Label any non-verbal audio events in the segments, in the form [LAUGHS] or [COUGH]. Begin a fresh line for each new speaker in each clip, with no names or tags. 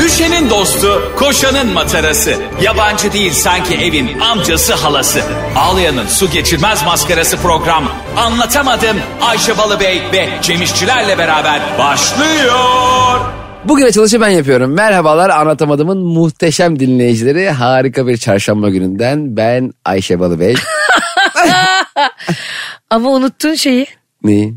Düşenin dostu, koşanın matarası. Yabancı değil sanki evin amcası halası. Ağlayanın su geçirmez maskarası program. Anlatamadım Ayşe Balıbey ve Cemişçilerle beraber başlıyor.
Bugün açılışı ben yapıyorum. Merhabalar Anlatamadığımın muhteşem dinleyicileri. Harika bir çarşamba gününden ben Ayşe
[LAUGHS]
Balıbey.
Ama unuttun şeyi.
Neyi?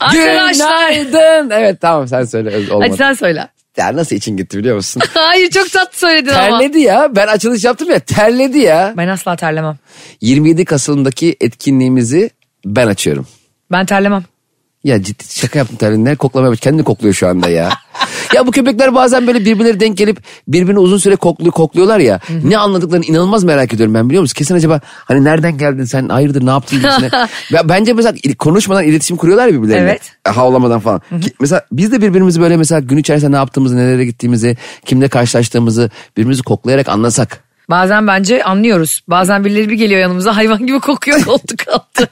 Arkadaşlar.
Günaydın. Evet tamam sen söyle. Öz- Olmadı.
Hadi sen söyle. [LAUGHS]
Ya nasıl için gitti biliyor musun?
Hayır çok tatlı söyledin ama.
terledi ya. Ben açılış yaptım ya terledi ya.
Ben asla terlemem.
27 Kasım'daki etkinliğimizi ben açıyorum.
Ben terlemem.
Ya ciddi şaka yaptım terliğinden koklamaya kendini kokluyor şu anda ya. ya bu köpekler bazen böyle birbirleri denk gelip birbirini uzun süre koklu kokluyorlar ya. ne anladıklarını inanılmaz merak ediyorum ben biliyor musun? Kesin acaba hani nereden geldin sen hayırdır ne yaptın gibisine. Ya bence mesela il- konuşmadan iletişim kuruyorlar ya birbirlerine.
Evet.
Havlamadan falan. Ki- Mesela biz de birbirimizi böyle mesela gün içerisinde ne yaptığımızı nerelere gittiğimizi kimle karşılaştığımızı birbirimizi koklayarak anlasak.
Bazen bence anlıyoruz. Bazen birileri bir geliyor yanımıza hayvan gibi kokuyor [LAUGHS] koltuk altı.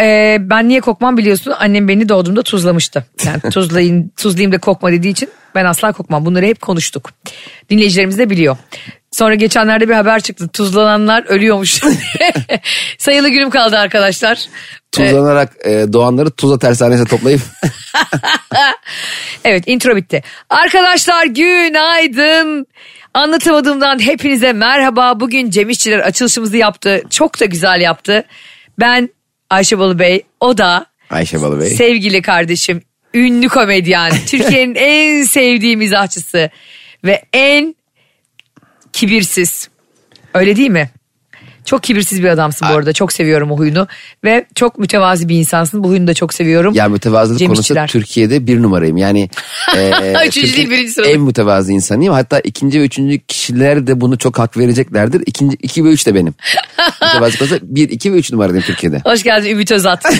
Ee, ben niye kokmam biliyorsun annem beni doğduğumda tuzlamıştı. Yani tuzlayın, tuzlayayım da kokma dediği için ben asla kokmam. Bunları hep konuştuk. Dinleyicilerimiz de biliyor. Sonra geçenlerde bir haber çıktı. Tuzlananlar ölüyormuş. [LAUGHS] Sayılı günüm kaldı arkadaşlar. Ee,
Tuzlanarak e, doğanları Tuzla tersanesine toplayıp
Evet intro bitti. Arkadaşlar günaydın. Anlatamadığımdan hepinize merhaba. Bugün Cem İşçiler açılışımızı yaptı. Çok da güzel yaptı. Ben Ayşe Balı Bey, o da
Ayşe Balıbey.
sevgili kardeşim, ünlü komedyen, Türkiye'nin en sevdiği mizahçısı ve en kibirsiz. Öyle değil mi? Çok kibirsiz bir adamsın bu arada. Çok seviyorum o huyunu. Ve çok mütevazi bir insansın. Bu huyunu da çok seviyorum. [LAUGHS]
Ya mütevazılık
Cem
konusu
İşçiler.
Türkiye'de bir numarayım.
[LAUGHS]
Yani e,
Üçüncü değil,
Türkiye'nin
birinci sırada.
En mütevazı insanıyım. Hatta ikinci ve üçüncü kişiler de bunu çok hak vereceklerdir. İkinci, iki ve üç de
[LAUGHS]
benim. mütevazılık konusu bir, iki ve üç numaradayım Türkiye'de.
Hoş geldin Ümit Özat.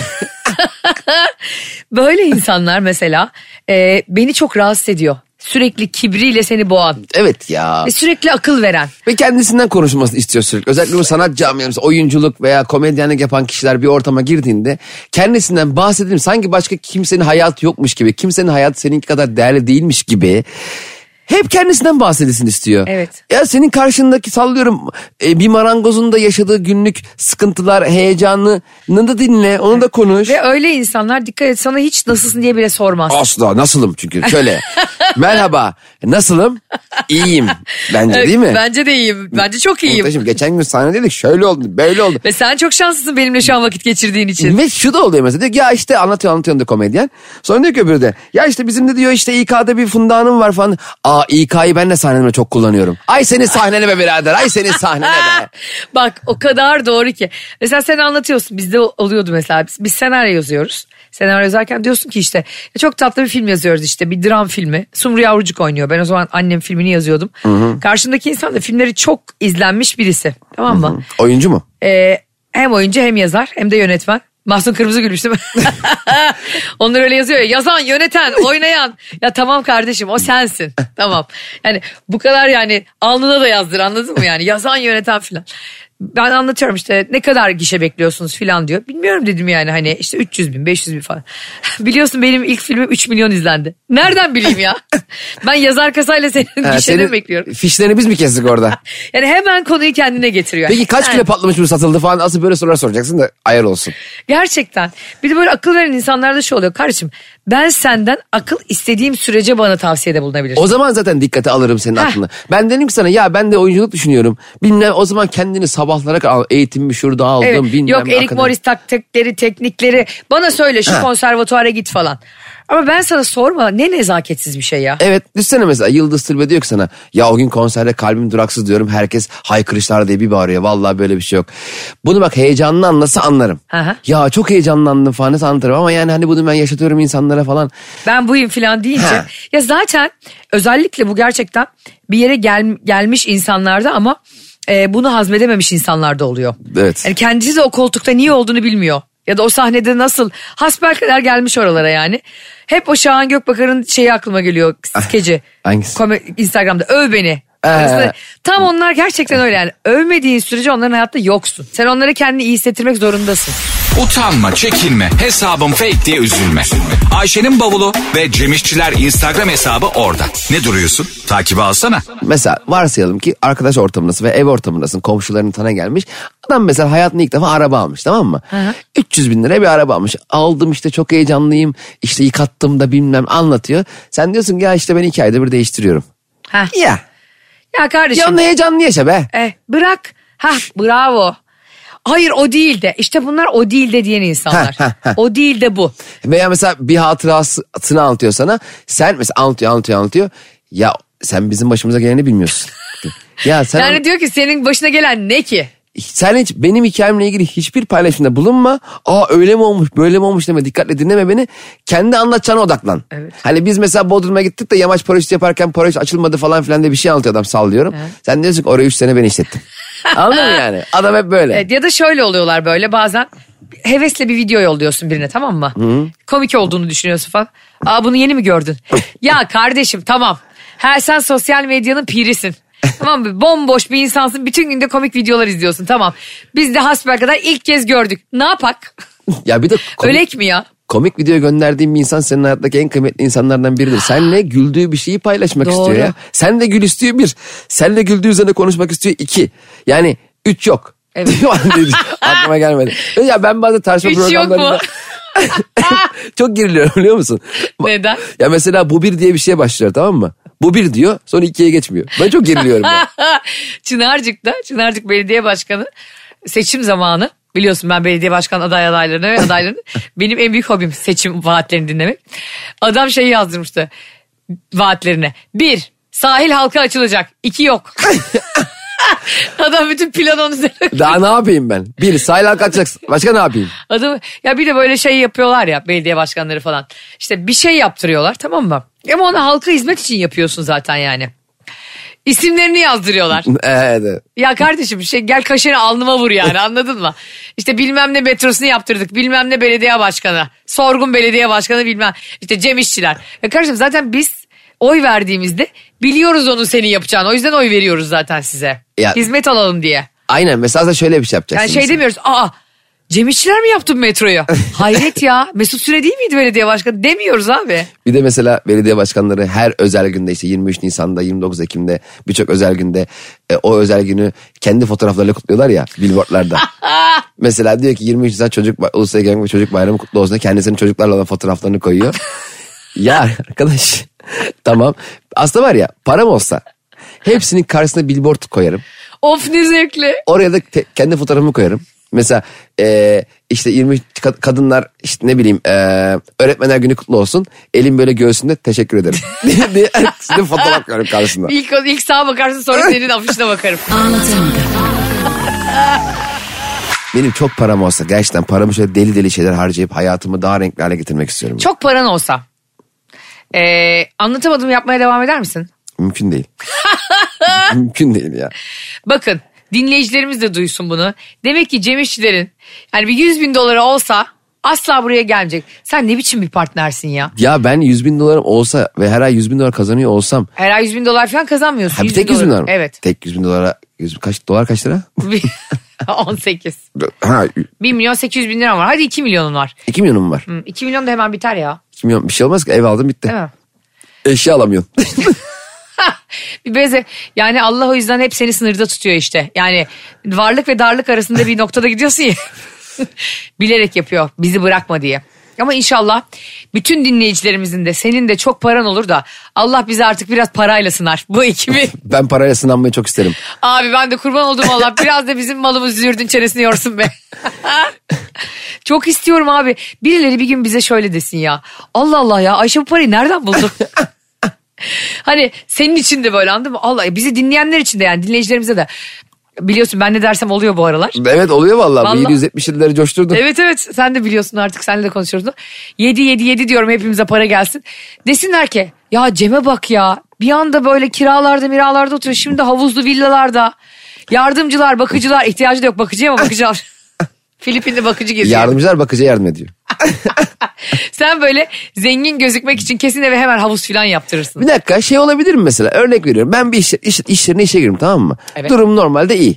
[LAUGHS] Böyle insanlar mesela e, beni çok rahatsız ediyor. Sürekli kibriyle seni boğan.
Evet ya.
ve Sürekli akıl veren.
Ve kendisinden konuşulmasını istiyor sürekli. Özellikle bu sanat camiası, oyunculuk veya komedyenlik yapan kişiler bir ortama girdiğinde kendisinden bahsedelim. Sanki başka kimsenin hayatı yokmuş gibi, kimsenin hayatı seninki kadar değerli değilmiş gibi. Hep kendisinden bahsedilsin istiyor.
Evet.
Ya senin karşındaki sallıyorum e, bir marangozun da yaşadığı günlük sıkıntılar, heyecanını da dinle, onu da konuş.
Ve öyle insanlar dikkat et sana hiç nasılsın diye bile sormaz.
Asla nasılım çünkü
[LAUGHS]
şöyle. Merhaba, nasılım? İyiyim bence değil mi?
Bence de iyiyim. Bence çok iyiyim.
Muhteşem. Geçen gün sahnedeydik şöyle oldu, böyle oldu.
Ve sen çok şanslısın benimle şu an vakit geçirdiğin için.
Ve şu da oluyor mesela diyor ki ya işte anlatıyor anlatıyor diyor komedyen. Sonra diyor ki öbürü de ya işte bizim de diyor işte İK'da bir fundanım var falan. Aa İK'yı ben de sahnemde çok kullanıyorum. Ay senin sahnene be birader ay senin sahnene be.
Bak o kadar doğru ki. Mesela sen anlatıyorsun bizde oluyordu mesela biz, biz senaryo yazıyoruz. Senaryo yazarken diyorsun ki işte "Ya çok tatlı bir film yazıyoruz işte bir dram filmi. Sumru Yavrucuk oynuyor. Ben o zaman annem filmini yazıyordum. Karşımdaki insan da filmleri çok izlenmiş birisi. Tamam mı?
Oyuncu mu?
Ee, hem oyuncu hem yazar hem de yönetmen. Mahsun Kırmızı Gülüş değil mi? [LAUGHS] Onlar öyle yazıyor ya. Yazan, yöneten, oynayan. Ya tamam kardeşim o sensin. Tamam. Yani bu kadar yani alnına da yazdır anladın mı yani? Yazan, yöneten filan. Ben anlatıyorum işte ne kadar gişe bekliyorsunuz filan diyor. Bilmiyorum dedim yani hani işte 300 bin 500 bin falan. [LAUGHS] Biliyorsun benim ilk filmim 3 milyon izlendi. Nereden bileyim ya? [LAUGHS] Ben yazar kasayla senin
Ha,
gişeni
senin
bekliyorum.
Fişlerini biz mi kestik orada?
Yani hemen konuyu kendine getiriyor.
Peki kaç
Yani-
kilo patlamış bu satıldı falan asıl böyle sorular soracaksın da ayar olsun.
Gerçekten. Bir de böyle akıl veren insanlarda şu oluyor. Kardeşim ben senden akıl istediğim sürece bana tavsiyede bulunabilirsin.
O zaman zaten dikkate alırım senin
Heh.
aklını. Ben dedim ki sana ya ben de oyunculuk düşünüyorum. Bilmem o zaman kendini sabahlara kadar eğitimimi şurada aldım.
Evet.
bilmem
Yok Erik
akademi-
Morris taktikleri, teknikleri bana söyle şu
Ha.
konservatuara git falan. Ama ben sana sorma ne nezaketsiz bir şey ya.
Evet düşsene mesela Yıldız Tilbe diyor ki sana ya o gün konserde kalbim duraksız diyorum herkes haykırışlar diye bir bağırıyor vallahi böyle bir şey yok. Bunu bak heyecanlı anlasa anlarım.
Aha.
Ya çok heyecanlandım falan nasıl anlatırım ama yani hani bunu ben yaşatıyorum insanlara falan.
Ben buyum falan deyince.
Ha.
Ya zaten özellikle bu gerçekten bir yere gel- gelmiş insanlarda ama e, bunu hazmedememiş insanlarda oluyor.
Evet.
Yani kendisi de o koltukta niye olduğunu bilmiyor. Ya da o sahnede nasıl hasbelkader gelmiş oralara yani. Hep o Şahan Gökbakar'ın şeyi aklıma geliyor skeci.
Ah, Hangisi?
Kome- Instagram'da öv beni.
Ee.
Arasında- Tam onlar gerçekten öyle yani. Övmediğin sürece onların hayatta yoksun. Sen onlara kendini iyi hissettirmek zorundasın.
Utanma, çekinme, hesabım fake diye üzülme. Ayşe'nin bavulu ve Cemişçiler Instagram hesabı orada. Ne duruyorsun? Takibi alsana.
Mesela varsayalım ki arkadaş ortamındasın ve ev ortamındasın. Komşuların tana gelmiş. Adam mesela hayatında ilk defa araba almış tamam mı? 300 bin liraya bir araba almış. Aldım işte çok heyecanlıyım. İşte yıkattım da bilmem anlatıyor. Sen diyorsun ki ya işte ben iki ayda bir değiştiriyorum.
Heh.
Ya.
Ya
Ya
kardeşim
onun heyecanını yaşa be.
eh, bırak. Ha bravo. Hayır o değil de işte bunlar o değil de diyen insanlar.
Ha, ha, ha.
o değil de bu.
Veya mesela bir hatırasını anlatıyor sana. Sen mesela anlatıyor anlatıyor anlatıyor. Ya sen bizim başımıza geleni bilmiyorsun. ya sen
Yani diyor ki senin başına gelen ne ki?
sen hiç benim hikayemle ilgili hiçbir paylaşımda bulunma. Aa öyle mi olmuş böyle mi olmuş deme dikkatle dinleme beni. Kendi anlatacağına odaklan.
Evet.
Hani biz mesela Bodrum'a gittik de yamaç paraşütü yaparken paraşüt açılmadı falan filan diye bir şey anlatıyor adam sallıyorum. Sen diyorsun ki oraya 3 sene ben
[LAUGHS]
işlettim. Anladın mı yani? Adam hep böyle.
Evet, Eh, ya da şöyle oluyorlar böyle bazen hevesle bir video yolluyorsun birine tamam mı? Komik olduğunu düşünüyorsun falan. Aa bunu yeni
[LAUGHS]
mi gördün? ya kardeşim tamam. Her sen sosyal
[LAUGHS]
medyanın pirisin. Tamam mı? Bomboş bir insansın. Bütün günde komik videolar izliyorsun. Tamam. Biz de hasbel kadar ilk kez gördük. Ne yapak?
Ya bir de komik,
Ölek mi ya?
komik video gönderdiğim bir insan senin hayattaki en kıymetli insanlardan biridir.
[GASPS]
Senle güldüğü bir şeyi paylaşmak
Doğru.
istiyor ya. Sen de gül istiyor bir. Senle güldüğü üzerine konuşmak istiyor iki. Yani üç yok.
Evet.
[LAUGHS]
[LAUGHS]
Aklıma gelmedi. Ya ben bazen tartışma
Üç yok
programlarında...
[LAUGHS] mu?
Çok geriliyorum biliyor musun? Ba-
Neden?
Ya mesela bu bir diye bir şeye başlıyor tamam mı? Bu bir diyor sonra ikiye geçmiyor. Ben çok geriliyorum.
[LAUGHS]
ya.
Çınarcık'ta Çınarcık Belediye Başkanı seçim zamanı biliyorsun ben belediye başkan aday adaylarını ve adaylarını benim en büyük hobim seçim vaatlerini dinlemek. Adam şeyi yazdırmıştı vaatlerine. Bir sahil halka açılacak. iki yok. Adam bütün planı onun üzerine
Daha ne yapayım ben? Bir sahil halka açacaksın. Başka ne yapayım? [LAUGHS]
Adamı, ya bir de böyle şey yapıyorlar ya belediye başkanları falan. İşte bir şey yaptırıyorlar tamam mı? Ama onu halka hizmet için yapıyorsun zaten yani. İsimlerini yazdırıyorlar.
Evet.
Ya kardeşim şey gel kaşeni alnıma vur yani anladın mı? İşte bilmem ne metrosunu yaptırdık. Bilmem ne belediye başkanı. Sorgun belediye başkanı bilmem. İşte Cem İşçiler. Ya kardeşim zaten biz oy verdiğimizde biliyoruz onun senin yapacağını. O yüzden oy veriyoruz zaten size.
Ya-
Hizmet alalım diye.
Aynen mesela şöyle bir şey yapacaksın.
Yani şey demiyoruz. Aa Cem İşçiler mi yaptı bu metroyu? Hayret ya. Mesut Süre değil miydi belediye başkanı? Demiyoruz abi.
Bir de mesela belediye başkanları her özel günde işte 23 Nisan'da 29 Ekim'de birçok özel günde e, o özel günü kendi fotoğraflarıyla kutluyorlar ya billboardlarda. mesela diyor ki 23 Nisan çocuk Ba- Ulusal Egemenlik ve Çocuk Bayramı kutlu olsun diye kendisinin çocuklarla olan fotoğraflarını koyuyor. ya arkadaş [LAUGHS] tamam aslında var ya param olsa hepsinin karşısına billboard koyarım.
Of ne zevkli.
Oraya da te- kendi fotoğrafımı koyarım. Mesela e, işte 20 ka- kadınlar işte ne bileyim e, öğretmenler günü kutlu olsun. Elim böyle göğsünde teşekkür
[LAUGHS]
ederim. [LAUGHS] diye diye size fotoğraf koyarım karşısında.
İlk, ilk sağa bakarsın sonra senin afişine bakarım.
Benim çok param olsa gerçekten paramı şöyle deli deli şeyler harcayıp hayatımı daha renkli hale getirmek istiyorum.
Çok paran olsa. Ee, anlatamadım yapmaya devam eder misin?
Mümkün
[LAUGHS]
değil. Mümkün değil ya.
Bakın dinleyicilerimiz de duysun bunu. Demek ki Cem İşçilerin yani bir 100 bin doları olsa asla buraya gelmeyecek. Sen ne biçim bir partnersin ya?
Ya ben 100 bin dolarım olsa ve her ay 100 bin dolar kazanıyor olsam.
Her ay 100 bin dolar falan kazanmıyorsun.
Ha bir tek 100 bin dolar mı?
Evet. [LAUGHS]
Tek 100 bin dolara. 100, kaç, dolar kaç lira?
18.
Ha,
1 milyon 800 bin liram var. Hadi 2 milyonun var.
2 milyonum var.
Hı, 2 milyon da hemen biter ya.
2 milyon bir şey olmaz ki ev aldım bitti.
Değil mi?
Eşya alamıyorsun.
[LAUGHS] Bir beze yani Allah o yüzden hep seni sınırda tutuyor işte. Yani varlık ve darlık arasında bir noktada gidiyorsun ya. [LAUGHS] Bilerek yapıyor bizi bırakma diye. Ama inşallah bütün dinleyicilerimizin de senin de çok paran olur da Allah bizi artık biraz parayla sınar. Bu ekibi
Ben parayla sınanmayı çok isterim.
abi ben de kurban oldum Allah biraz da bizim malımız zürdün çenesini yorsun be. [LAUGHS] çok istiyorum abi birileri bir gün bize şöyle desin ya. Allah Allah ya Ayşe bu parayı nereden buldu? [LAUGHS] Hani senin için de böyle anladın mı? Allah bizi dinleyenler için de yani dinleyicilerimize de. Biliyorsun ben ne dersem oluyor bu aralar.
Evet oluyor vallahi.
Vallahi.
Bu 770 liraları coşturdum.
[LAUGHS] Evet evet sen de biliyorsun artık seninle de konuşuyoruz. 7 7 7 diyorum hepimize para gelsin. Desinler ki ya Cem'e bak ya bir anda böyle kiralarda miralarda oturuyor şimdi havuzlu villalarda. Yardımcılar bakıcılar ihtiyacı da yok bakıcıya mı
[LAUGHS]
bakıcılar? Filipinli bakıcı geziyor.
Yardımcılar bakıcıya yardım ediyor.
Sen böyle zengin gözükmek için kesin eve hemen havuz filan
[LAUGHS]
yaptırırsın.
Bir dakika şey olabilir mi mesela? Örnek veriyorum. Ben bir iş, iş, iş yerine işe girdim tamam mı?
Evet.
Durum normalde iyi.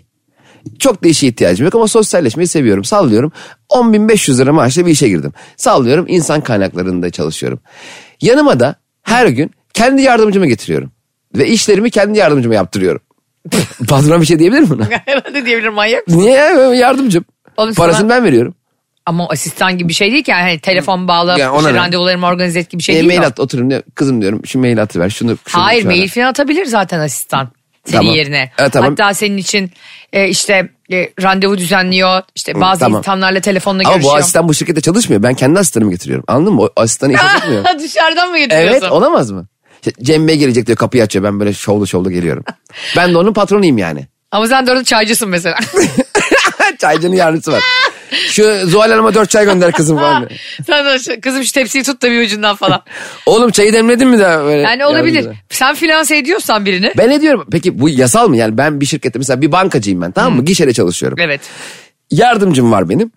Çok da işe ihtiyacım yok ama sosyalleşmeyi seviyorum. Sallıyorum. 10.500 lira maaşla bir işe girdim. Sallıyorum insan kaynaklarında çalışıyorum. Yanıma da her gün kendi yardımcımı getiriyorum. Ve işlerimi kendi yardımcıma
[LAUGHS]
yaptırıyorum. Patron bir şey diyebilir mi buna?
Herhalde diyebilir manyak.
Niye ya? yardımcım?
Oğlum sana-
Parasını ben veriyorum.
Ama o asistan gibi bir şey değil ki. Yani hani telefon bağla,
Ya ona
işte
ne?
randevularımı organize et gibi bir şey
E,
değil. o.
mail at oturun diyor. Kızım diyorum şu mail atıver şunu. şunu
Hayır
şunu
mail
ver.
falan atabilir zaten asistan. Senin
Tamam.
yerine.
Evet, tamam.
Hatta senin için e, işte e, randevu düzenliyor. İşte bazı
tamam.
insanlarla telefonla
Ama bu
görüşüyor.
asistan bu şirkette çalışmıyor. Ben kendi asistanımı getiriyorum. Anladın mı? O asistanı işe
[LAUGHS]
tutmuyor.
Dışarıdan mı getiriyorsun?
evet olamaz mı? İşte Cem Bey gelecek diyor kapıyı açıyor. Ben böyle şovlu şovlu
[LAUGHS]
geliyorum. ben de onun patronuyum yani. [LAUGHS]
Ama sen de orada çaycısın mesela.
Çaycının yardımcısı var. Şu Zuhal Hanım'a dört çay gönder kızım
[LAUGHS]
falan.
sen de şu- kızım şu tepsiyi tut da bir
[LAUGHS]
ucundan falan.
Oğlum çayı demledin mi daha? Böyle
Yani olabilir.
yardımcı.
Sen finanse ediyorsan birini.
Ben ne diyorum? Peki bu yasal mı? Yani ben bir şirkette mesela bir bankacıyım ben tamam mı? Gişede çalışıyorum.
Evet.
Yardımcım var benim.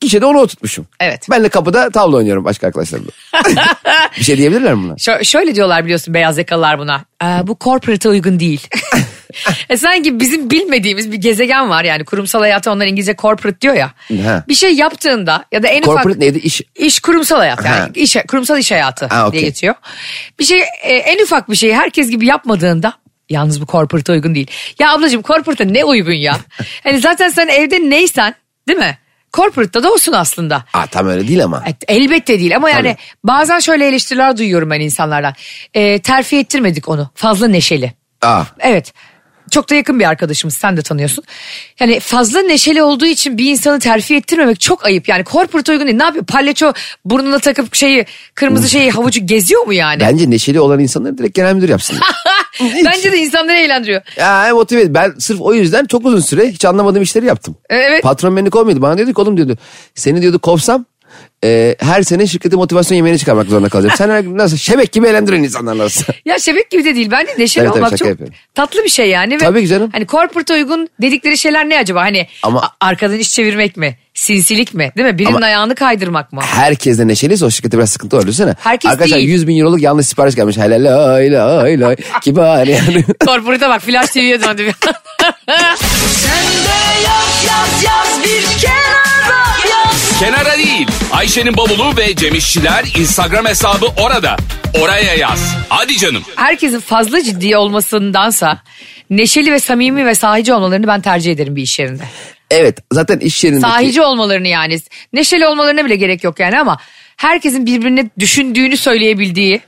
Gişede onu oturtmuşum.
Evet.
Ben de kapıda tavla oynuyorum başka
[LAUGHS]
arkadaşlarımla. bir şey diyebilirler mi buna?
Şö- şöyle diyorlar biliyorsun beyaz yakalılar buna. Ee, bu corporate'a
[LAUGHS]
uygun değil. e sanki bizim bilmediğimiz bir gezegen var yani kurumsal hayata onlar İngilizce corporate diyor ya.
Ha.
Bir şey yaptığında ya da en
Corporate
ufak
neydi? İş
iş kurumsal hayat
Ha.
yani iş, kurumsal iş hayatı
Ha, okey.
diye geçiyor. Bir şey e, en ufak bir şeyi herkes gibi yapmadığında yalnız bu corporate'a uygun değil. Ya ablacığım corporate'a ne
[LAUGHS]
uygun ya? hani zaten sen evde neysen değil mi? Corporate'da da olsun aslında.
Aa, tam öyle değil ama.
Evet, Elbette değil ama yani
Tabii.
bazen şöyle eleştiriler duyuyorum ben insanlardan. Ee, terfi ettirmedik onu. Fazla neşeli.
Aa,
Evet. Çok da yakın bir arkadaşımız sen de tanıyorsun. Yani fazla neşeli olduğu için bir insanı terfi ettirmemek çok ayıp. Yani corporate uygun değil. Ne yapıyor? Palyaço burnuna takıp şeyi kırmızı
[LAUGHS]
şeyi havucu geziyor mu yani?
bence neşeli olan insanları direkt genel müdür
[LAUGHS]
yapsınlar.
Bence de insanları eğlendiriyor.
ya hem motive ed- Ben sırf o yüzden çok uzun süre hiç anlamadığım işleri yaptım.
Evet.
Patron beni kovmuyordu. Bana diyordu ki oğlum diyordu. Seni diyordu kovsam e, her sene şirketi motivasyon yemeğine çıkarmak zorunda kalacağım. Sen her gün nasıl şebek gibi eğlendiren insanlar nasıl?
Ya şebek gibi de değil. Bence neşeli
Tabii tabii,
olmak
şaka
çok
yapıyorum.
tatlı bir şey yani. Ve
Tabii ki canım.
Hani corporate uygun dedikleri şeyler ne acaba? Hani
Ama-
a- arkadan iş çevirmek mi? Sinsilik mi? Değil mi? Birinin
Ama-
ayağını
[LAUGHS]
kaydırmak mı?
herkes de neşeliyse o şirkette biraz sıkıntı var düşünsene.
Herkes
Arkadaşlar
değil.
100 bin euroluk yanlış sipariş gelmiş. Hele lay lay
[LAUGHS]
lay. Kibar yani.
Corporate'a bak flash TV'ye döndü bir an.
Kenara değil. Ayşe'nin bavulu ve Cemişçiler Instagram hesabı orada. Oraya yaz. Hadi canım.
Herkesin fazla ciddi olmasındansa neşeli ve samimi ve sahici olmalarını ben tercih ederim bir iş yerinde.
evet zaten iş yerindeki.
Sahici olmalarını yani. Neşeli olmalarına bile gerek yok yani ama herkesin birbirine düşündüğünü söyleyebildiği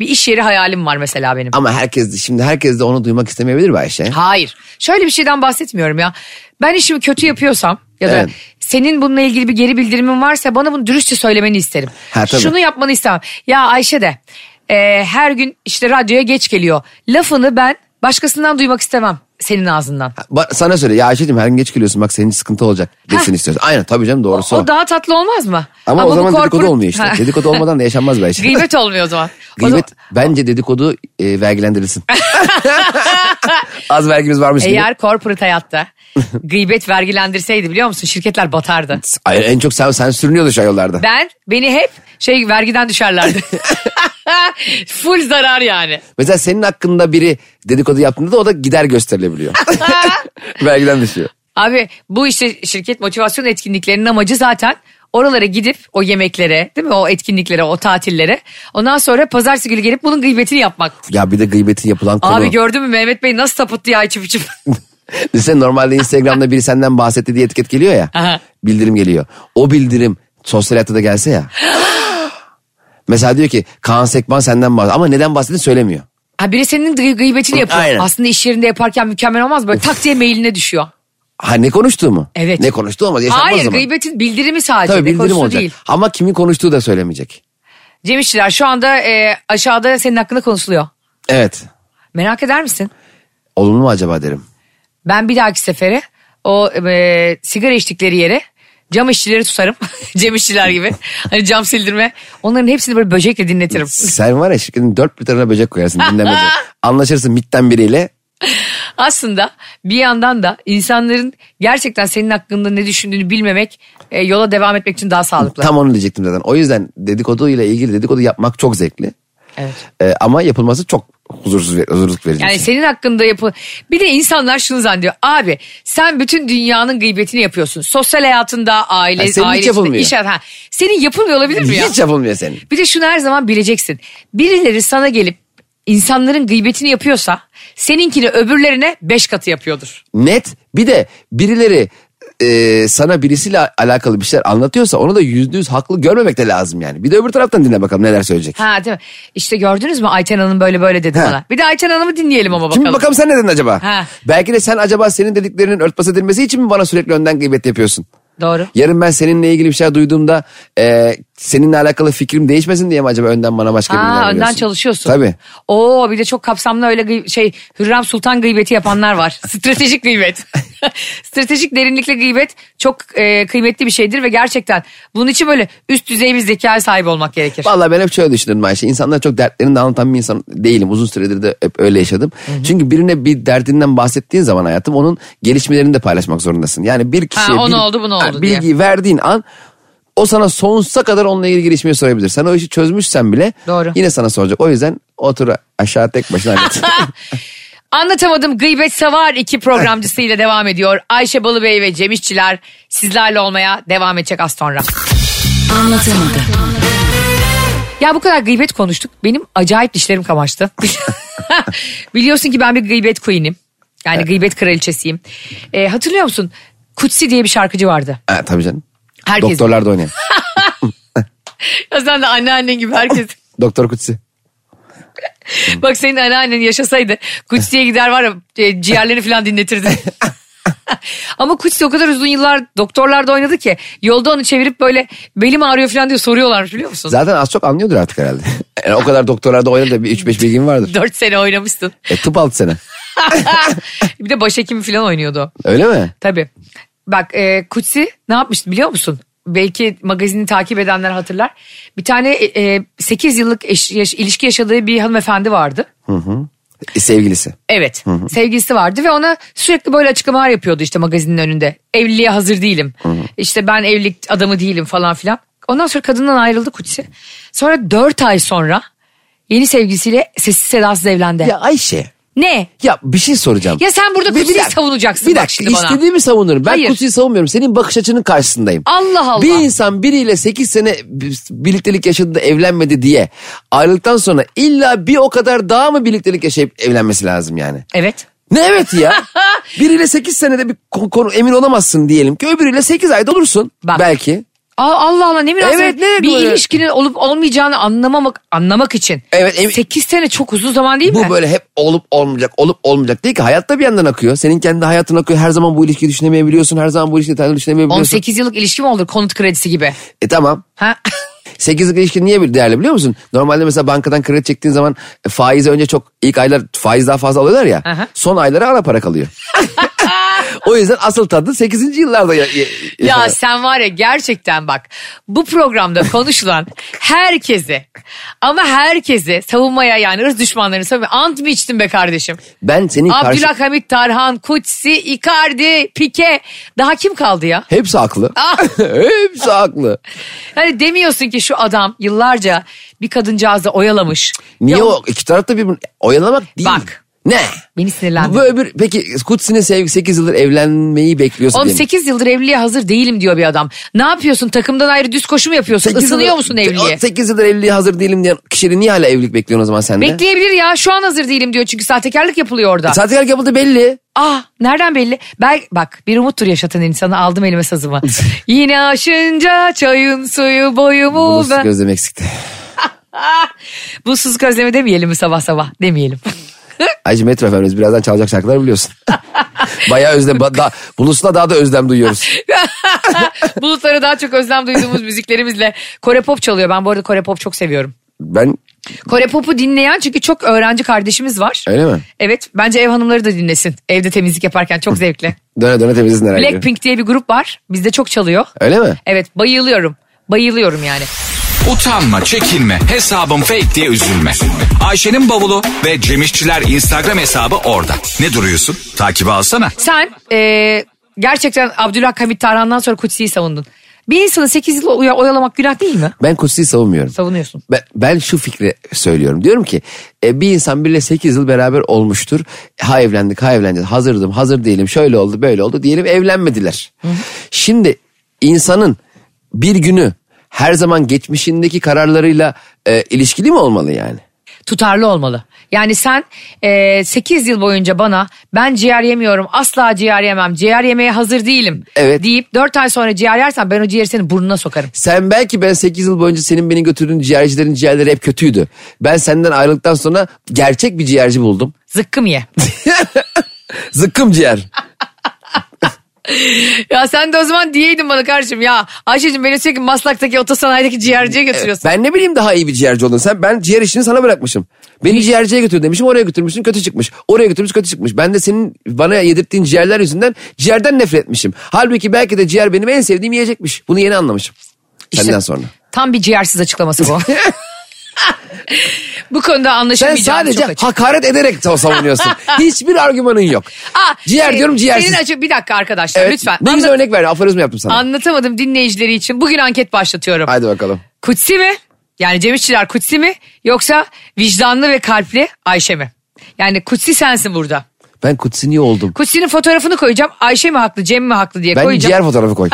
bir iş yeri hayalim var mesela benim.
Ama herkes de- şimdi herkes de onu duymak istemeyebilir mi Ayşe?
Hayır. Şöyle bir şeyden bahsetmiyorum ya. Ben işimi kötü yapıyorsam ya da
Evet.
senin bununla ilgili bir geri bildirimin varsa bana bunu dürüstçe söylemeni isterim.
Ha, tabii.
Şunu yapmanı istemem. Ya Ayşe de e, her gün işte radyoya geç geliyor. Lafını ben başkasından duymak istemem senin ağzından.
Ba- Sana söyle ya Ayşe'cim her gün geç geliyorsun bak senin için sıkıntı olacak desin
Heh.
istiyorsun. Aynen tabii canım doğrusu o.
O daha tatlı olmaz mı?
Ama, o
bu
zaman dedikodu
corporate-
olmuyor işte.
Ha.
Dedikodu olmadan da yaşanmaz belki. Gıybet,
[LAUGHS] Gıybet olmuyor o zaman. O zaman-
bence dedikodu e,
[LAUGHS]
vergilendirilsin. Az vergimiz varmış gibi.
Eğer corporate hayatta gıybet vergilendirseydi biliyor musun
[LAUGHS]
şirketler batardı.
Ay, en çok sen, sen sürünüyordu şu yollarda.
Ben beni hep şey vergiden düşerlerdi. [LAUGHS] Full zarar yani.
Mesela senin hakkında biri dedikodu yaptığında da o da gider
[LAUGHS]
gösterilebiliyor. Vergiden düşüyor.
[LAUGHS] Abi bu işte şirket motivasyon etkinliklerinin amacı zaten oralara gidip o yemeklere değil mi o etkinliklere o tatillere ondan sonra pazartesi günü gelip bunun gıybetini yapmak.
Ya bir de gıybetin yapılan konu.
Abi gördün mü Mehmet Bey nasıl tapıttı ya içip [LAUGHS] içip.
[LAUGHS] Düşünsene normalde Instagram'da biri senden bahsetti diye etiket geliyor ya.
Aha.
Bildirim geliyor. O bildirim sosyal hayatta da gelse
[GASPS]
ya. Mesela diyor ki Kaan Sekban senden bahsetti ama neden bahsettiğini söylemiyor.
Ha biri senin gı- gıybetini yapıyor.
Aynen.
Aslında iş yerinde yaparken mükemmel olmaz böyle tak diye mailine düşüyor.
Ha ne konuştuğu mu?
Evet.
Ne konuştuğu olmaz yaşanmaz
Hayır
zaman.
gıybetin bildirimi sadece.
Tabii
ne
bildirim
konusu
olacak.
Değil.
Ama kimin konuştuğu da söylemeyecek.
Cem İşçiler, şu anda e, aşağıda senin hakkında konuşuluyor.
Evet.
Merak eder misin?
Olumlu mu acaba derim.
Ben bir dahaki sefere o e, sigara içtikleri yere cam işçileri tutarım. [LAUGHS] cam işçiler gibi. Hani cam sildirme. Onların hepsini böyle böcekle dinletirim.
Sen var ya şirketin dört bir tarafına böcek koyarsın dinlemez.
[LAUGHS]
o. Anlaşırsın mitten biriyle.
Aslında bir yandan da insanların gerçekten senin hakkında ne düşündüğünü bilmemek e, yola devam etmek için daha sağlıklı.
Tam onu diyecektim zaten. O yüzden dedikodu ile ilgili dedikodu yapmak çok zevkli.
Evet.
Ee, ama yapılması çok huzursuz ver, huzurluk verici.
Yani
bir şey.
senin hakkında yapı... Bir de insanlar şunu zannediyor. Abi sen bütün dünyanın gıybetini yapıyorsun. Sosyal hayatında,
Ha,
aile,
senin hiç
ailesinde,
yapılmıyor.
iş hayatı- Ha, Senin yapılmıyor olabilir mi ya?
Hiç yapılmıyor senin.
Bir de şunu her zaman bileceksin. Birileri sana gelip insanların gıybetini yapıyorsa seninkini öbürlerine beş katı yapıyordur.
Net. Bir de birileri e, sana birisiyle alakalı bir şeyler anlatıyorsa onu da yüzde yüz haklı görmemek de lazım yani. Bir de öbür taraftan dinle bakalım neler söyleyecek.
Ha değil mi? İşte gördünüz mü Ayten Hanım böyle böyle dedi
Ha.
bana. Bir de Ayten Hanım'ı dinleyelim ama bakalım.
Şimdi bakalım sen ne dedin acaba?
Ha.
Belki de sen acaba senin dediklerinin örtbas edilmesi için mi bana sürekli önden gıybet yapıyorsun?
Doğru.
Yarın ben seninle ilgili bir şey duyduğumda e, seninle alakalı fikrim değişmesin diye mi acaba önden bana başka birileri
Ha, önden
veriyorsun?
çalışıyorsun.
Tabii.
Oo bir de çok kapsamlı öyle gıy- şey Hürrem Sultan gıybeti yapanlar var. [LAUGHS] Stratejik gıybet. [LAUGHS] Stratejik derinlikli gıybet çok e, kıymetli bir şeydir ve gerçekten bunun için böyle üst düzey bir zeka sahibi olmak gerekir.
Vallahi ben hep şöyle düşünürüm Ayşe. İnsanlara çok dertlerini de anlatan bir insan değilim. Uzun süredir de hep öyle yaşadım. Çünkü birine bir derdinden bahsettiğin zaman hayatım onun gelişmelerini de paylaşmak zorundasın. Yani bir kişiye
onu
bil-
oldu, bunu oldu
bilgiyi
diye.
verdiğin an o sana sonsuza kadar onunla ilgili gelişmeyi sorabilir. Sen o işi çözmüşsen bile
Doğru.
yine sana soracak. O yüzden otur aşağı tek başına
[LAUGHS]
hallet.
Anlatamadım Gıybet Savar iki programcısıyla devam ediyor. Ayşe Balıbey ve Cem İşçiler sizlerle olmaya devam edecek az sonra.
Anlatamadım.
Ya bu kadar gıybet konuştuk. Benim acayip dişlerim kamaştı. [LAUGHS] Biliyorsun ki ben bir gıybet queen'im. Yani gıybet kraliçesiyim. Ee, hatırlıyor musun? Kutsi diye bir şarkıcı vardı.
ha, tabii canım.
Herkes.
Doktorlar da oynayan.
Ya sen de anneannen gibi herkes. [LAUGHS]
Doktor Kutsi.
Bak senin anneannen yaşasaydı Kutsi'ye gider var ya e, ciğerlerini falan dinletirdi. Ama Kutsi o kadar uzun yıllar doktorlarda oynadı ki yolda onu çevirip böyle belim ağrıyor falan diye soruyorlarmış biliyor musun? [LAUGHS]
Zaten az çok anlıyordur artık herhalde. Yani o kadar doktorlarda oynadı da bir 3-5 bilgin vardır.
4 sene oynamışsın. [LAUGHS]
E, tıp altı sene.
bir de başhekimi falan oynuyordu o.
Öyle mi?
Tabii. Bak e, Kutsi ne yapmıştı biliyor musun? Belki magazini takip edenler hatırlar. Bir tane 8 yıllık eş- yaş- ilişki yaşadığı bir hanımefendi vardı.
E, sevgilisi.
Evet. Sevgilisi vardı ve ona sürekli böyle açıklamalar yapıyordu işte magazinin önünde. Evliliğe hazır değilim. İşte ben evlilik adamı değilim falan filan. Ondan sonra kadından ayrıldı Kutsi. Sonra 4 ay sonra yeni sevgilisiyle sessiz sedasız evlendi.
Ya Ayşe.
Ne?
Ya bir şey soracağım.
Ya sen burada
Bir- bir
Kutsi'yi
dakika,
savunacaksın
Bir
bak
dakika
şimdi bana.
istediğimi savunurum. Ben
Hayır.
Kutsi'yi savunmuyorum. Senin bakış açının karşısındayım.
Allah Allah.
Bir insan biriyle 8 sene birliktelik yaşadı da evlenmedi diye ayrıldıktan sonra illa bir o kadar daha mı birliktelik yaşayıp evlenmesi lazım yani?
Evet.
Ne evet ya?
[LAUGHS]
biriyle 8 senede bir konu, konu emin olamazsın diyelim ki öbürüyle 8 ayda olursun
Bak.
belki.
Aa, Allah Allah ne biraz
Evet, ne
bir
böyle?
ilişkinin olup olmayacağını anlamamak anlamak için.
Evet, em-
8 sene çok uzun zaman değil
Bu
mi?
böyle hep olup olmayacak, olup olmayacak değil ki. Hayatta bir yandan akıyor. Senin kendi hayatın akıyor. Her zaman bu ilişkiyi düşünemeyebiliyorsun. Her zaman bu ilişkiyi detaylı düşünemeyebiliyorsun.
18 yıllık ilişki mi olur konut kredisi gibi?
E tamam.
Ha? [LAUGHS]
8 yıllık ilişki niye bir değerli biliyor musun? Normalde mesela bankadan kredi çektiğin zaman e, faize önce çok ilk aylar faiz daha fazla alıyorlar ya.
Aha.
Son aylara ana para
[LAUGHS]
kalıyor. o yüzden asıl tadı 8. yıllarda ya, ya-
ya
yaşanır.
sen var ya gerçekten bak bu programda konuşulan
[LAUGHS]
herkesi ama herkesi savunmaya yani ırz düşmanlarını savunmaya ant mı içtin be kardeşim?
Ben senin karşı...
Abdülhamit Tarhan, Kutsi, Icardi, Pike daha kim kaldı ya?
Hepsi haklı.
Ah.
[LAUGHS] Hepsi haklı.
Yani demiyorsun ki şu adam yıllarca bir kadıncağızla oyalamış.
Niye
Ya
o iki tarafta birbirini oyalamak değil.
Bak.
Ne?
Beni sinirlendirdi.
Bu şey öbür peki Kutsi'nin sevgi 8 yıldır evlenmeyi bekliyorsun diyelim.
18 yıldır evliliğe hazır değilim diyor bir adam. Ne yapıyorsun takımdan ayrı düz koşu mu yapıyorsun?
Sekiz
Isınıyor
yıldır-
musun evliliğe?
8 yıldır evliliğe hazır değilim diyen kişinin niye hala evlilik bekliyorsun o zaman sen de?
Bekleyebilir ya şu an hazır değilim diyor çünkü sahtekarlık yapılıyor orada.
Sahtekarlık yapıldı belli.
Ah nereden belli? Bel bak bir umuttur yaşatan insanı aldım elime
[LAUGHS]
sazımı. Yine aşınca çayın suyu boyumu
Bunu
ben.
gözlem eksikti.
Ah, Buzsuz gözleme demeyelim mi sabah sabah?
[LAUGHS]
Demeyelim.
Hacı Metro Efendimiz birazdan çalacak şarkılar biliyorsun. Bayağı özlem. ba- Da, bunusla daha da özlem duyuyoruz.
Bulutlara daha çok özlem duyduğumuz müziklerimizle. Kore pop çalıyor. Ben bu arada Kore pop çok seviyorum.
Ben
Kore pop'u dinleyen çünkü çok öğrenci kardeşimiz var.
Öyle mi?
Evet. Bence ev hanımları da dinlesin. Evde temizlik yaparken çok zevkli.
döne döne temizlesin herhalde.
Blackpink diye bir grup var. Bizde çok çalıyor.
Öyle mi?
Evet bayılıyorum. Bayılıyorum yani.
Utanma, çekinme, hesabım fake diye üzülme. Ayşe'nin bavulu ve Cemişçiler Instagram hesabı orada. Ne duruyorsun? Takibi alsana.
Sen e, gerçekten Abdülhak Hamit Tarhan'dan sonra Kutsi'yi savundun. Bir insanı 8 yıl oya- oyalamak günah değil mi?
Ben Kutsi'yi savunmuyorum.
Savunuyorsun.
Ben, ben şu fikri söylüyorum. Diyorum ki e, bir insan biriyle 8 yıl beraber olmuştur. Ha evlendik, ha evleneceğiz. Hazırdım, hazır değilim. Şöyle oldu, böyle oldu diyelim evlenmediler. Şimdi insanın bir günü her zaman geçmişindeki kararlarıyla e, ilişkili mi olmalı yani?
Tutarlı olmalı. Yani sen 8 yıl boyunca bana ben ciğer yemiyorum asla ciğer yemem ciğer yemeye hazır değilim
Evet.
deyip 4 ay sonra ciğer yersen ben o ciğeri senin burnuna sokarım.
Sen belki ben 8 yıl boyunca senin beni götürdüğün ciğercilerin ciğerleri hep kötüydü. Ben senden ayrıldıktan sonra gerçek bir ciğerci buldum.
Zıkkım ye. [LAUGHS]
Zıkkım ciğer.
ya sen de o zaman diyeydin bana kardeşim ya Ayşe'cim beni sürekli Maslak'taki otosanayideki ciğerciye götürüyorsun.
Ben ne bileyim daha iyi bir ciğerci olduğunu. Sen ben ciğer işini sana bırakmışım. Beni ciğerciye götür demişim oraya götürmüşsün kötü çıkmış. Oraya götürmüş kötü çıkmış. Ben de senin bana yedirttiğin ciğerler yüzünden ciğerden nefret etmişim. Halbuki belki de ciğer benim en sevdiğim yiyecekmiş. Bunu yeni anlamışım.
İşte
Senden sonra.
Tam bir ciğersiz
[LAUGHS]
açıklaması bu. [LAUGHS] bu konuda
Sen
anlaşamayacağım
sadece
çok açık.
hakaret ederek
[LAUGHS]
savunuyorsun. Hiçbir argümanın yok.
Aa,
ciğer
şey,
diyorum ciğersiz.
Senin açı bir dakika arkadaşlar
Evet,
lütfen.
Ne güzel
Anlat-
örnek verdin. Aforizm yaptım sana.
Anlatamadım dinleyicileri için. Bugün anket başlatıyorum.
Haydi bakalım.
Kutsi mi? Yani Cem İşçiler Kutsi mi? Yoksa vicdanlı ve kalpli Ayşe mi? Yani Kutsi sensin burada.
Ben Kutsi niye oldum?
Kutsi'nin fotoğrafını koyacağım. Ayşe mi haklı, Cem mi haklı diye
Ben
koyacağım.
ciğer fotoğrafı koy.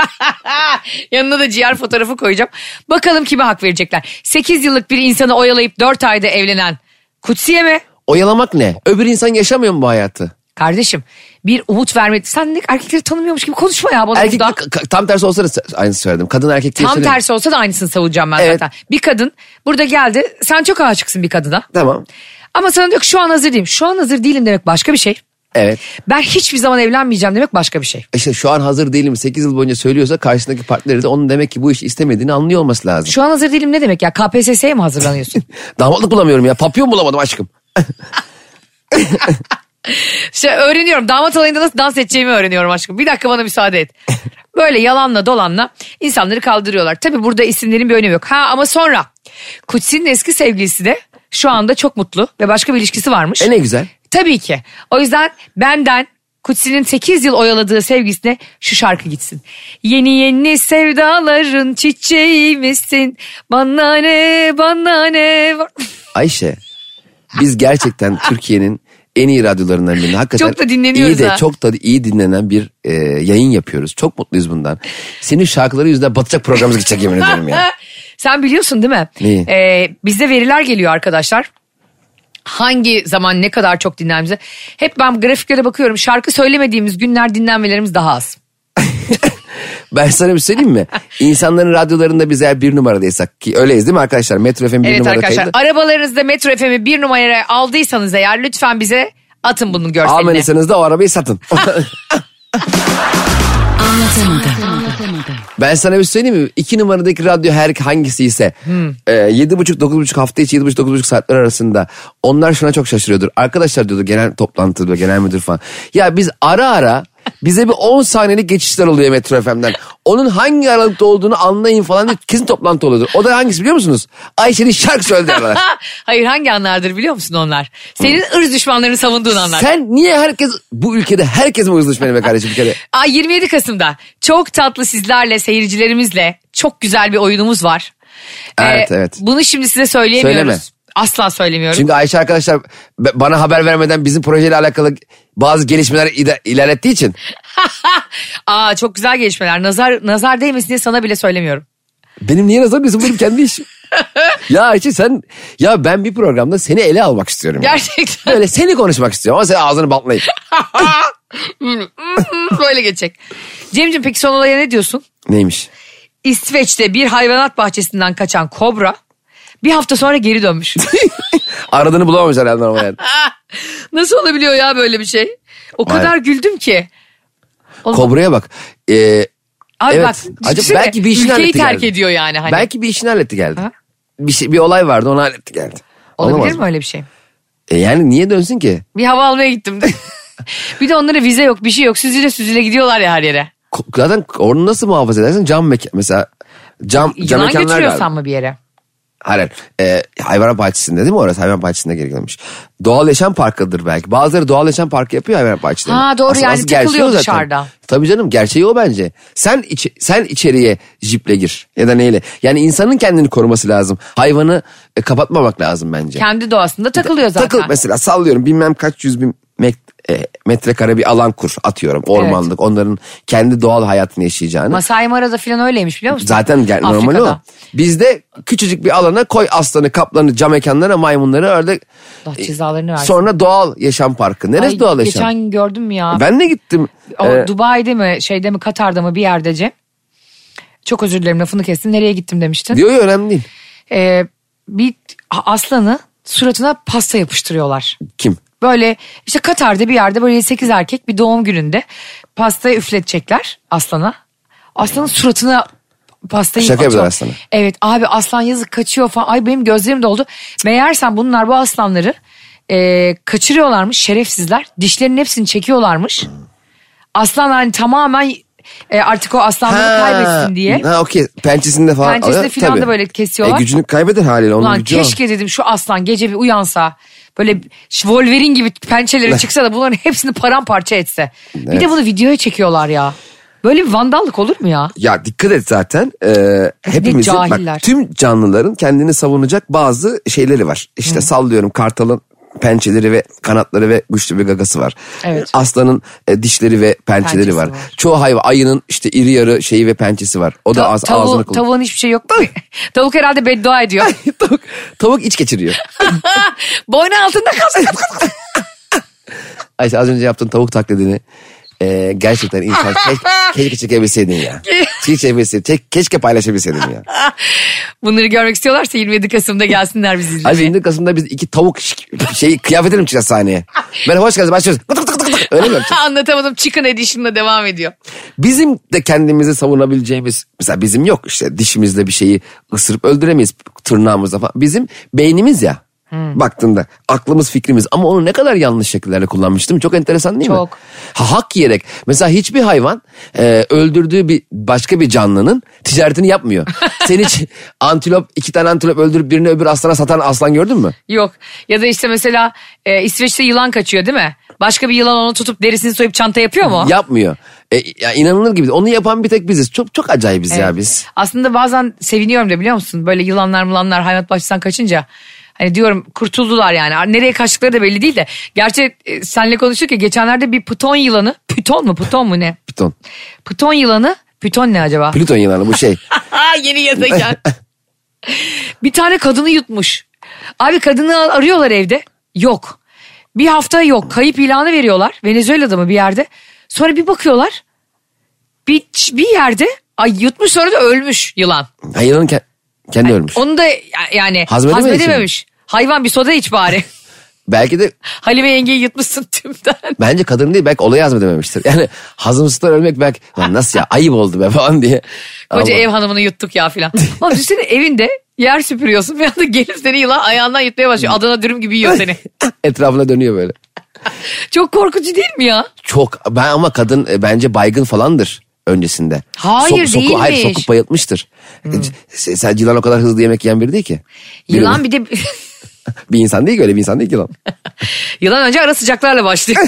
[LAUGHS] Yanına da ciğer fotoğrafı koyacağım. Bakalım kime hak verecekler. 8 yıllık bir insanı oyalayıp 4 ayda evlenen Kutsi'ye mi?
Oyalamak ne? Öbür insan yaşamıyor mu bu hayatı?
Kardeşim bir umut vermek. Sen de erkekleri tanımıyormuş gibi konuşma ya bana
Erkek
burada.
tam tersi olsa da aynı söyledim. Kadın erkek diye
Tam
söyledim.
tersi olsa da aynısını savunacağım ben
Evet.
zaten. Bir kadın burada geldi. Sen çok aşıksın bir kadına.
Tamam.
Ama sana diyor ki şu an hazır değilim. Şu an hazır değilim demek başka bir şey.
Evet.
Ben hiçbir zaman evlenmeyeceğim demek başka bir şey.
İşte şu an hazır değilim 8 yıl boyunca söylüyorsa karşısındaki partneri de onun demek ki bu işi istemediğini anlıyor olması lazım.
Şu an hazır değilim ne demek ya? KPSS'ye mi
[LAUGHS]
hazırlanıyorsun?
Damatlık bulamıyorum ya papyon bulamadım aşkım.
işte öğreniyorum. Damat alayında nasıl dans edeceğimi öğreniyorum aşkım. Bir dakika bana müsaade et. Böyle yalanla dolanla insanları kaldırıyorlar. Tabi burada isimlerin bir önemi yok. Ha ama sonra Kutsi'nin eski sevgilisi de şu anda çok mutlu ve başka bir ilişkisi varmış.
E ne güzel.
Tabii ki. O yüzden benden Kutsi'nin 8 yıl oyaladığı sevgisine şu şarkı gitsin. Yeni yeni sevdaların çiçeği misin? Bana ne, bana ne?
Ayşe biz
[LAUGHS]
gerçekten Türkiye'nin en iyi radyolarından birinde hakikaten
Çok da dinleniyoruz
iyi de
ha.
çok da iyi dinlenen bir e, yayın yapıyoruz. Çok mutluyuz bundan. Senin şarkıları yüzünden batacak programımız gidecek yemin ediyorum
[LAUGHS]
ya.
Sen biliyorsun değil mi?
Neyi?
Ee, bizde veriler geliyor arkadaşlar. Hangi zaman ne kadar çok dinlendiğimize. Hep ben grafiklere bakıyorum. Şarkı söylemediğimiz günler dinlenmelerimiz daha az.
Ben sana bir şey söyleyeyim mi? İnsanların radyolarında biz eğer bir numaradaysak ki öyleyiz değil mi arkadaşlar? Metro FM bir
Evet
numara
arkadaşlar
kaydı.
arabalarınızda Metro FM'i bir numaraya aldıysanız eğer lütfen bize atın bunun görselini.
Almanıysanız da o arabayı satın.
Anlatamadım.
Ben sana bir şey söyleyeyim mi? İki numaradaki radyo her hangisi ise e, yedi buçuk dokuz buçuk hafta içi yedi buçuk dokuz buçuk saatler arasında onlar şuna çok şaşırıyordur. Arkadaşlar diyordu genel toplantıda genel müdür falan. Ya biz ara ara bize bir 10 saniyelik geçişler oluyor Metro FM'den. Onun hangi aralıkta olduğunu anlayın falan diye kesin toplantı oluyordur. O da hangisi biliyor musunuz? Ayşe'nin şarkı söylediği aralar.
[LAUGHS] Hayır hangi anlardır biliyor musun onlar? Senin ırz düşmanlarını savunduğun anlar.
Sen niye herkes bu ülkede herkes mi hızlı düşmeni be kardeşim bir kere?
Aa, 27 Kasım'da çok tatlı sizlerle seyircilerimizle çok güzel bir oyunumuz var. Ee,
Evet, evet.
Bunu şimdi size söyleyemiyoruz.
Söyleme.
Asla söylemiyorum.
Çünkü Ayşe arkadaşlar be- bana haber vermeden bizim projeyle alakalı bazı gelişmeler ida- ilerlettiği için
[LAUGHS] Aa çok güzel gelişmeler. Nazar nazar değmesin diye sana bile söylemiyorum.
Benim niye yazamıyorsun? Benim kendi
[LAUGHS]
işim. ya Ayşe sen ya ben bir programda seni ele almak istiyorum. ya.
Gerçekten [LAUGHS]
Böyle seni konuşmak istiyorum ama sen ağzını bantlayıp.
böyle geçecek. Cemcim peki son olaya ne diyorsun?
Neymiş?
İsveç'te bir hayvanat bahçesinden kaçan kobra bir hafta sonra geri dönmüş. [LAUGHS]
Aradığını bulamamış herhalde ama yani.
Nasıl olabiliyor ya böyle bir şey? O
Vay.
kadar güldüm ki. O zaman-
Kobra'ya bak. Ee,
Abi
evet.
bak
Acaba
düşünsene,
belki bir işini
ülkeyi
halletti
terk
geldi.
ediyor yani hani.
belki bir işini halletti geldi.
Ha?
Bir şey, bir olay vardı onu halletti geldi.
Olabilir
Olamaz
mi öyle bir şey?
E yani niye dönsün ki?
Bir hava
[LAUGHS]
almaya gittim de. bir de onlara vize yok bir şey yok. Süzüle süzüle gidiyorlar ya her yere.
Ko- Zaten onu nasıl muhafaza edersin? Cam mekan mesela. Cam, cam
Yılan
mekanlar
götürüyorsan
galiba.
mı bir yere?
Hayır, hayır. Ee, hayvan bahçesinde değil mi orası? Hayvan bahçesinde gerekilmiş. Doğal yaşam parkıdır belki. Bazıları doğal yaşam parkı yapıyor hayvan bahçelerinde.
Ha, doğru yani
gerçeği o
takılıyor
zaten.
dışarıda.
Tabii canım gerçeği o bence. Sen içi- sen içeriye jiple gir ya da neyle. Yani insanın kendini koruması lazım. Hayvanı e, kapatmamak lazım bence.
Kendi doğasında takılıyor zaten.
Takıl mesela sallıyorum bilmem kaç yüz bin met, e, metrekare bir alan kur atıyorum ormanlık. Onların kendi doğal hayatını yaşayacağını.
Masai Mara'da falan öyleymiş biliyor musun?
Zaten gel, normal o.
Afrika'da.
Bizde küçücük bir alana koy aslanı, kaplanı, cam mekanlara, maymunları, ördek.
Allah cezalarını versin.
E, Sonra doğal yaşam parkı. Neresi
Ay,
doğal yaşam?
Geçen gün gördüm ya.
Ben de gittim.
O
Ee,
Dubai'de mi şeyde mi Katar'da mı bir yerde Cem? Çok özür dilerim lafını kestim. Nereye gittim demiştin?
diyor ya önemli değil.
Ee, bir aslanı suratına pasta yapıştırıyorlar.
Kim?
Böyle işte Katar'da bir yerde böyle 8 erkek bir doğum gününde pastayı üfletecekler aslana. Aslanın suratına pastayı
Şaka
atıyor.
yapıyorlar aslana.
Evet abi aslan yazık kaçıyor falan. Ay benim gözlerim doldu. Meğersem bunlar bu aslanları e, kaçırıyorlarmış şerefsizler. Dişlerinin hepsini çekiyorlarmış. Aslan hani tamamen e, artık o aslanları
Ha,
kaybetsin diye.
Ha okey. Pençesinde falan.
Pençesinde
alıyor,
filan da
tabii.
böyle kesiyorlar.
E, gücünü kaybeder haliyle. Onun
Ulan
gücü o.
keşke dedim şu aslan gece bir uyansa böyle Wolverine gibi pençeleri çıksa da bunların hepsini paramparça etse. Bir de
Evet.
bunu videoya çekiyorlar ya. Böyle bir vandallık olur mu ya?
Ya dikkat et zaten. Ee, hepimizin
cahiller.
bak tüm canlıların kendini savunacak bazı şeyleri var. İşte sallıyorum kartalın pençeleri ve kanatları ve güçlü bir gagası var.
Evet.
Aslanın e, dişleri ve pençeleri
Pençesi
var.
var.
Çoğu hayvan ayının işte iri yarı şeyi ve pençesi var. O da
Ta-
az
tavuğu-
ağzını kullan-
tavuğun hiçbir şey yok. [LAUGHS] Tavuk herhalde beddua ediyor.
[LAUGHS]
[LAUGHS]
tavuk, tavuk iç geçiriyor.
Boynu altında kalsın.
Ayşe az önce yaptığın tavuk taklidini e, gerçekten insan
[LAUGHS]
keş, keşke çekebilseydin ya. Keşke çekebilseydin. Ke- keşke paylaşabilseydin ya.
Bunları görmek istiyorlarsa 27 Kasım'da gelsinler bizi
Abi
izlemeye.
20 Kasım'da biz iki tavuk şik- şeyi kıyafetini mi çıkacağız sahneye? Merhaba hoş geldiniz başlıyoruz. Kıtık kıtık kıtık kıtık. Öyle mi yapacağız?
[LAUGHS] Anlatamadım. Chicken Edition'la devam ediyor.
Bizim de kendimizi savunabileceğimiz mesela bizim yok işte dişimizle bir şeyi ısırıp öldüremeyiz tırnağımızla falan. Bizim beynimiz ya baktığında aklımız fikrimiz ama onu ne kadar yanlış şekillerle kullanmış değil mi? Çok enteresan değil mi?
Çok.
Ha, hak yiyerek mesela hiçbir hayvan e, öldürdüğü bir başka bir canlının ticaretini yapmıyor. Sen hiç antilop iki tane antilop öldürüp birini öbür aslana satan aslan gördün mü?
Yok. Ya da işte mesela e, İsveç'te yılan kaçıyor değil mi? Başka bir yılan onu tutup derisini soyup çanta yapıyor mu?
Yapmıyor. E, ya inanılır gibi. Onu yapan bir tek biziz. Çok çok acayibiz ya
Evet.
biz.
Aslında bazen seviniyorum da biliyor musun? Böyle yılanlar mılanlar hayvanat bahçesinden kaçınca. Hani diyorum kurtuldular yani. Nereye kaçtıkları da belli değil de. Gerçi e, senle konuştuk ya geçenlerde bir pyton yılanı. Pyton mu pyton mu ne?
Piton.
Pyton yılanı. Pyton ne acaba?
Plüton yılanı bu
[LAUGHS]
şey.
Aa, yeni gezegen. bir tane kadını yutmuş. Abi kadını arıyorlar evde. Yok. Bir hafta yok. Kayıp ilanı veriyorlar. Venezuela'da mı bir yerde. Sonra bir bakıyorlar. Bir, bir yerde ay yutmuş sonra da ölmüş yılan.
Ha, yılanın ke- kendi ölmüş.
Onu da ya- yani
Hazmedememiş mi?
hazmedememiş. Hayvan bir soda iç bari. [LAUGHS]
Belki de
Halime yengeyi yutmuşsun tümden.
bence kadın değil belki olayı hazmedememiştir. Yani hazımsızlar ölmek belki "Lan nasıl ya ayıp oldu be [LAUGHS] falan diye.
Koca
Allah.
ev hanımını yuttuk ya filan. Oğlum düşünsene evinde yer süpürüyorsun. Bir anda gelip seni yılan ayağından yutmaya başlıyor. Adana dürüm gibi yiyor seni.
[CLEARS THROAT] Etrafına dönüyor böyle.
Çok korkucu değil mi ya?
Çok ben ama kadın e, bence baygın falandır öncesinde.
Hayır,
soku, Hayır
değilmiş. Hmm.
sokup bayıltmıştır. E, c- Sen yılan o kadar hızlı yemek yiyen biri değil ki. Bir-
Yılan bir de
[LAUGHS]
[LAUGHS]
bir insan değil ki öyle bir insan değil ki yılan.
yılan önce ara sıcaklarla başlıyor.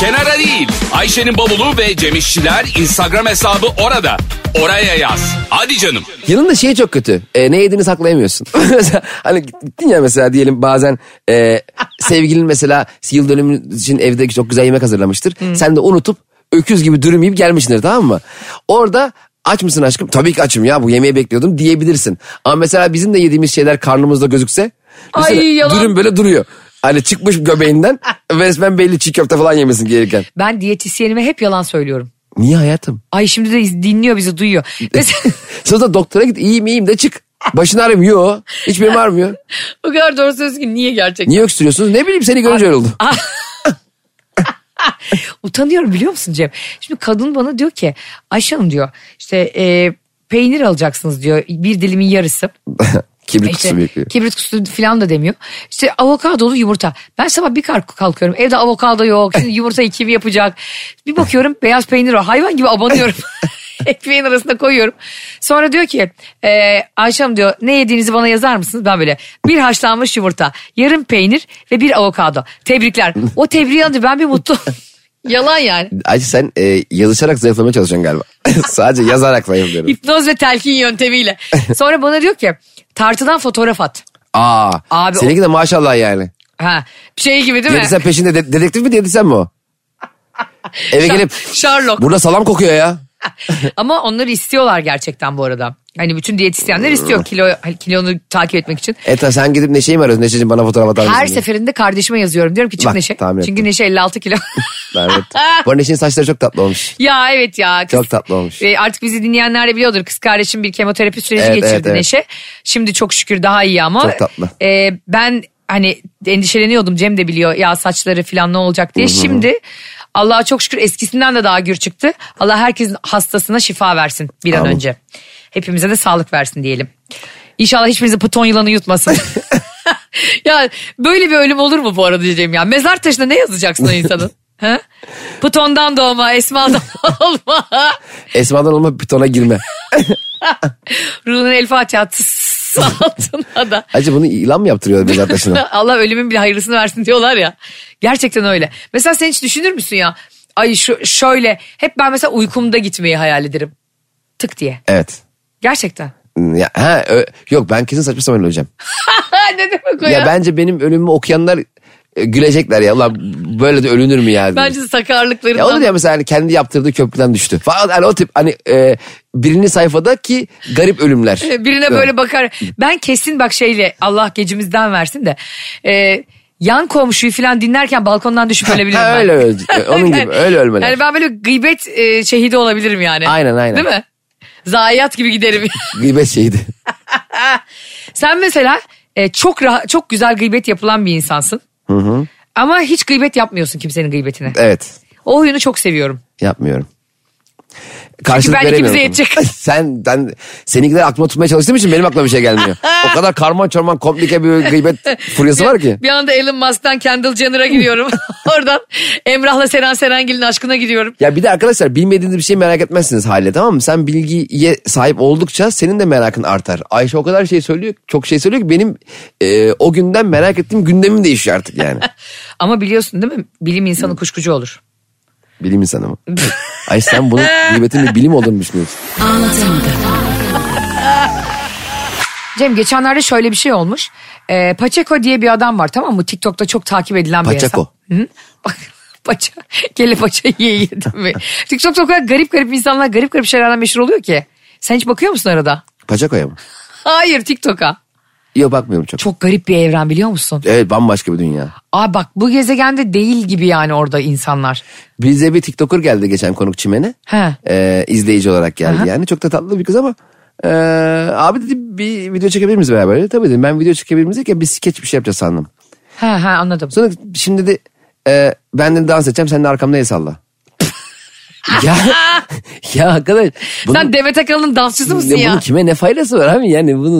Kenara değil. Ayşe'nin bavulu ve Cemişçiler Instagram hesabı orada. Oraya yaz. Hadi canım.
Yılın da şeyi çok kötü. E, ne yediğini saklayamıyorsun. [LAUGHS] Mesela hani gittin ya mesela diyelim bazen e, sevgilin mesela yıl dönümü için evde çok güzel yemek hazırlamıştır. Sen de unutup öküz gibi dürüm yiyip gelmişsindir tamam mı? Orada aç mısın aşkım? Tabii ki açım ya bu yemeği bekliyordum diyebilirsin. Ama mesela bizim de yediğimiz şeyler karnımızda gözükse.
Ay,
mesela
yalan.
Dürüm böyle duruyor. Hani çıkmış
[LAUGHS]
göbeğinden ve resmen belli çiğ köfte falan yemesin gelirken.
ben diyetisyenime hep yalan söylüyorum.
Niye hayatım?
Ay şimdi de iz- dinliyor bizi duyuyor. Mesela [LAUGHS]
Sonra doktora git iyiyim iyiyim de çık. Başın ağrımıyor. Yo. Hiçbirim ağrımıyor.
o kadar doğru söz ki niye gerçekten?
Niye öksürüyorsunuz? Ne bileyim seni görünce öyle oldu. [LAUGHS]
Utanıyorum biliyor musun Cem? Şimdi kadın bana diyor ki Ayşe Hanım diyor işte e, peynir alacaksınız diyor bir dilimin yarısı.
Kibrit
İşte
kutusu bekliyor.
Kibrit kutusu falan da demiyor. İşte avokadolu yumurta. Ben sabah bir kalk kalkıyorum. Evde avokado yok. Şimdi yumurtayı kim yapacak? Bir bakıyorum beyaz peynir var. Hayvan gibi abanıyorum. ekmeğin arasına koyuyorum. Sonra diyor ki e, Ayşe Hanım diyor ne yediğinizi bana yazar mısınız? Ben böyle bir haşlanmış yumurta, yarım peynir ve bir avokado. Tebrikler. O tebriği alınca ben bir mutlu oldum. [LAUGHS] Yalan yani.
Ayşe sen e, yazışarak zayıflamaya çalışıyorsun galiba. [LAUGHS] Sadece yazarak zayıflıyorum.
Hipnoz ve
[LAUGHS]
telkin yöntemiyle. Sonra bana diyor ki tartıdan fotoğraf at.
Aa,
Abi
seninki de maşallah yani.
Ha, şey gibi değil mi?
Yedisen peşinde de- dedektif mi dediysen mi [LAUGHS] o? Eve gelip
[LAUGHS] Sherlock.
burada salam kokuyor ya.
Ama onları istiyorlar gerçekten bu arada. Hani bütün diyetisyenler istiyor kilo hani kilonu takip etmek için.
Eta sen gidip Neşe'yi mi arıyorsun? Neşe'cim bana fotoğraf atar mısın?
Her
diye.
seferinde kardeşime yazıyorum. Diyorum ki çık
Bak,
Neşe.
tahmin
Çünkü
ettim.
Neşe
[LAUGHS]
56 kilo.
Evet. Bu arada Neşe'nin saçları çok tatlı olmuş.
ya evet ya. Kız-
Çok tatlı olmuş.
E, artık bizi dinleyenler de biliyordur. Kız kardeşim bir kemoterapi süreci
Evet,
geçirdi
evet, evet.
Neşe. Şimdi çok şükür daha iyi ama.
Çok tatlı.
E, ben hani endişeleniyordum. Cem de biliyor ya saçları falan ne olacak diye. Şimdi Allah'a çok şükür eskisinden de daha gür çıktı. Allah herkesin hastasına şifa versin bir an
Amin.
önce. Hepimize de sağlık versin diyelim. İnşallah hiçbirinizi piton
[LAUGHS]
yılanı yutmasın. ya böyle bir ölüm olur mu bu arada diyeceğim ya. Mezar taşına ne yazacaksın o
[LAUGHS]
insanın? ha? Python'dan doğma, Esma'dan [LAUGHS] olma.
Esma'dan olma pitona girme.
Ruhun el Fatiha tıs [LAUGHS] altına da.
Acaba bunu ilan mı yaptırıyor biz [LAUGHS] arkadaşına?
[LAUGHS] Allah ölümün bile hayırlısını versin diyorlar ya. Gerçekten öyle. Mesela sen hiç düşünür müsün ya? Ay şu şöyle hep ben mesela uykumda gitmeyi hayal ederim. Tık diye.
Evet.
Gerçekten.
Ya, ha, ö- yok ben kesin saçma sapan öleceğim.
[LAUGHS] ne demek o ya?
Ya bence benim ölümümü okuyanlar e, gülecekler ya. Ulan böyle de ölünür mü ya?
Bence sakarlıklarından.
Ya olur ya mesela hani kendi yaptırdığı köprüden düştü. Falan hani o tip hani e, birinci sayfada ki garip ölümler.
E, Birine böyle bakar. Ben kesin bak şeyle Allah gecimizden versin de. e, yan komşuyu falan dinlerken balkondan düşüp
[LAUGHS]
ölebilirim
Ha,
ben.
öyle öl-
[LAUGHS]
onun gibi öyle ölmeler.
Yani ben böyle gıybet e, şehidi olabilirim yani.
Aynen, aynen.
Değil mi? Zayiat gibi giderim. [LAUGHS]
Gıybet şeydi.
Sen mesela e, çok rah- çok güzel gıybet yapılan bir insansın. Ama hiç gıybet yapmıyorsun kimsenin gıybetine.
Evet
O huyunu çok seviyorum.
yapmıyorum. Karşılık
ben ikimize
veremiyorum.
yetecek.
[LAUGHS] Sen, ben, seninkileri aklıma tutmaya çalıştığım için benim aklıma bir şey
[LAUGHS]
gelmiyor. o kadar karman çorman komplike bir gıybet furyası var ki.
Bir anda Elon Musk'tan Kendall
[LAUGHS]
Jenner'a giriyorum. [LAUGHS] Oradan Emrah'la Seren Serengil'in aşkına gidiyorum.
Ya bir de arkadaşlar bilmediğiniz bir şey merak etmezsiniz hale tamam mı? Sen bilgiye sahip oldukça senin de merakın artar. Ayşe o kadar şey söylüyor, çok şey söylüyor ki benim e, o günden merak ettiğim gündemim değişiyor artık yani.
Ama biliyorsun değil mi? Bilim insanı kuşkucu olur.
bilim insanı mı? Ay sen bunun gıybetin bir bilim olduğunu düşünüyorsun.
Anlatamadım.
Cem geçenlerde şöyle bir şey olmuş. Ee, Pacheco diye bir adam var tamam mı? TikTok'ta çok takip edilen bir insan.
Pacheco.
Hı? Bak [LAUGHS] paça. Kelle paça ye ye değil
[LAUGHS]
mi? TikTok'ta o kadar garip garip insanlar garip garip şeylerle meşhur oluyor ki. Sen hiç bakıyor musun arada?
Paçakoya mı?
Hayır TikTok'a.
Yok bakmıyorum çok.
Çok garip bir evren biliyor musun?
Evet bambaşka bir dünya.
Aa bak bu gezegende değil gibi yani orada insanlar.
Bize bir TikToker geldi geçen konuk Çimen'e.
He.
Ee, izleyici olarak geldi
Aha.
yani. Çok da tatlı bir kız ama. ee, abi dedi bir video çekebilir miyiz beraber? Tabii dedim ben video çekebilir miyiz derken bir skeç bir şey yapacağız sandım.
Ha ha anladım.
Sonra şimdi de e, ben de dans edeceğim sen de arkamda el
[LAUGHS]
salla. ya, ya arkadaş. bunun-
Sen Demet Akalın'ın dansçısı
ya
mısın ya?
bunun kime ne faydası var abi yani bunu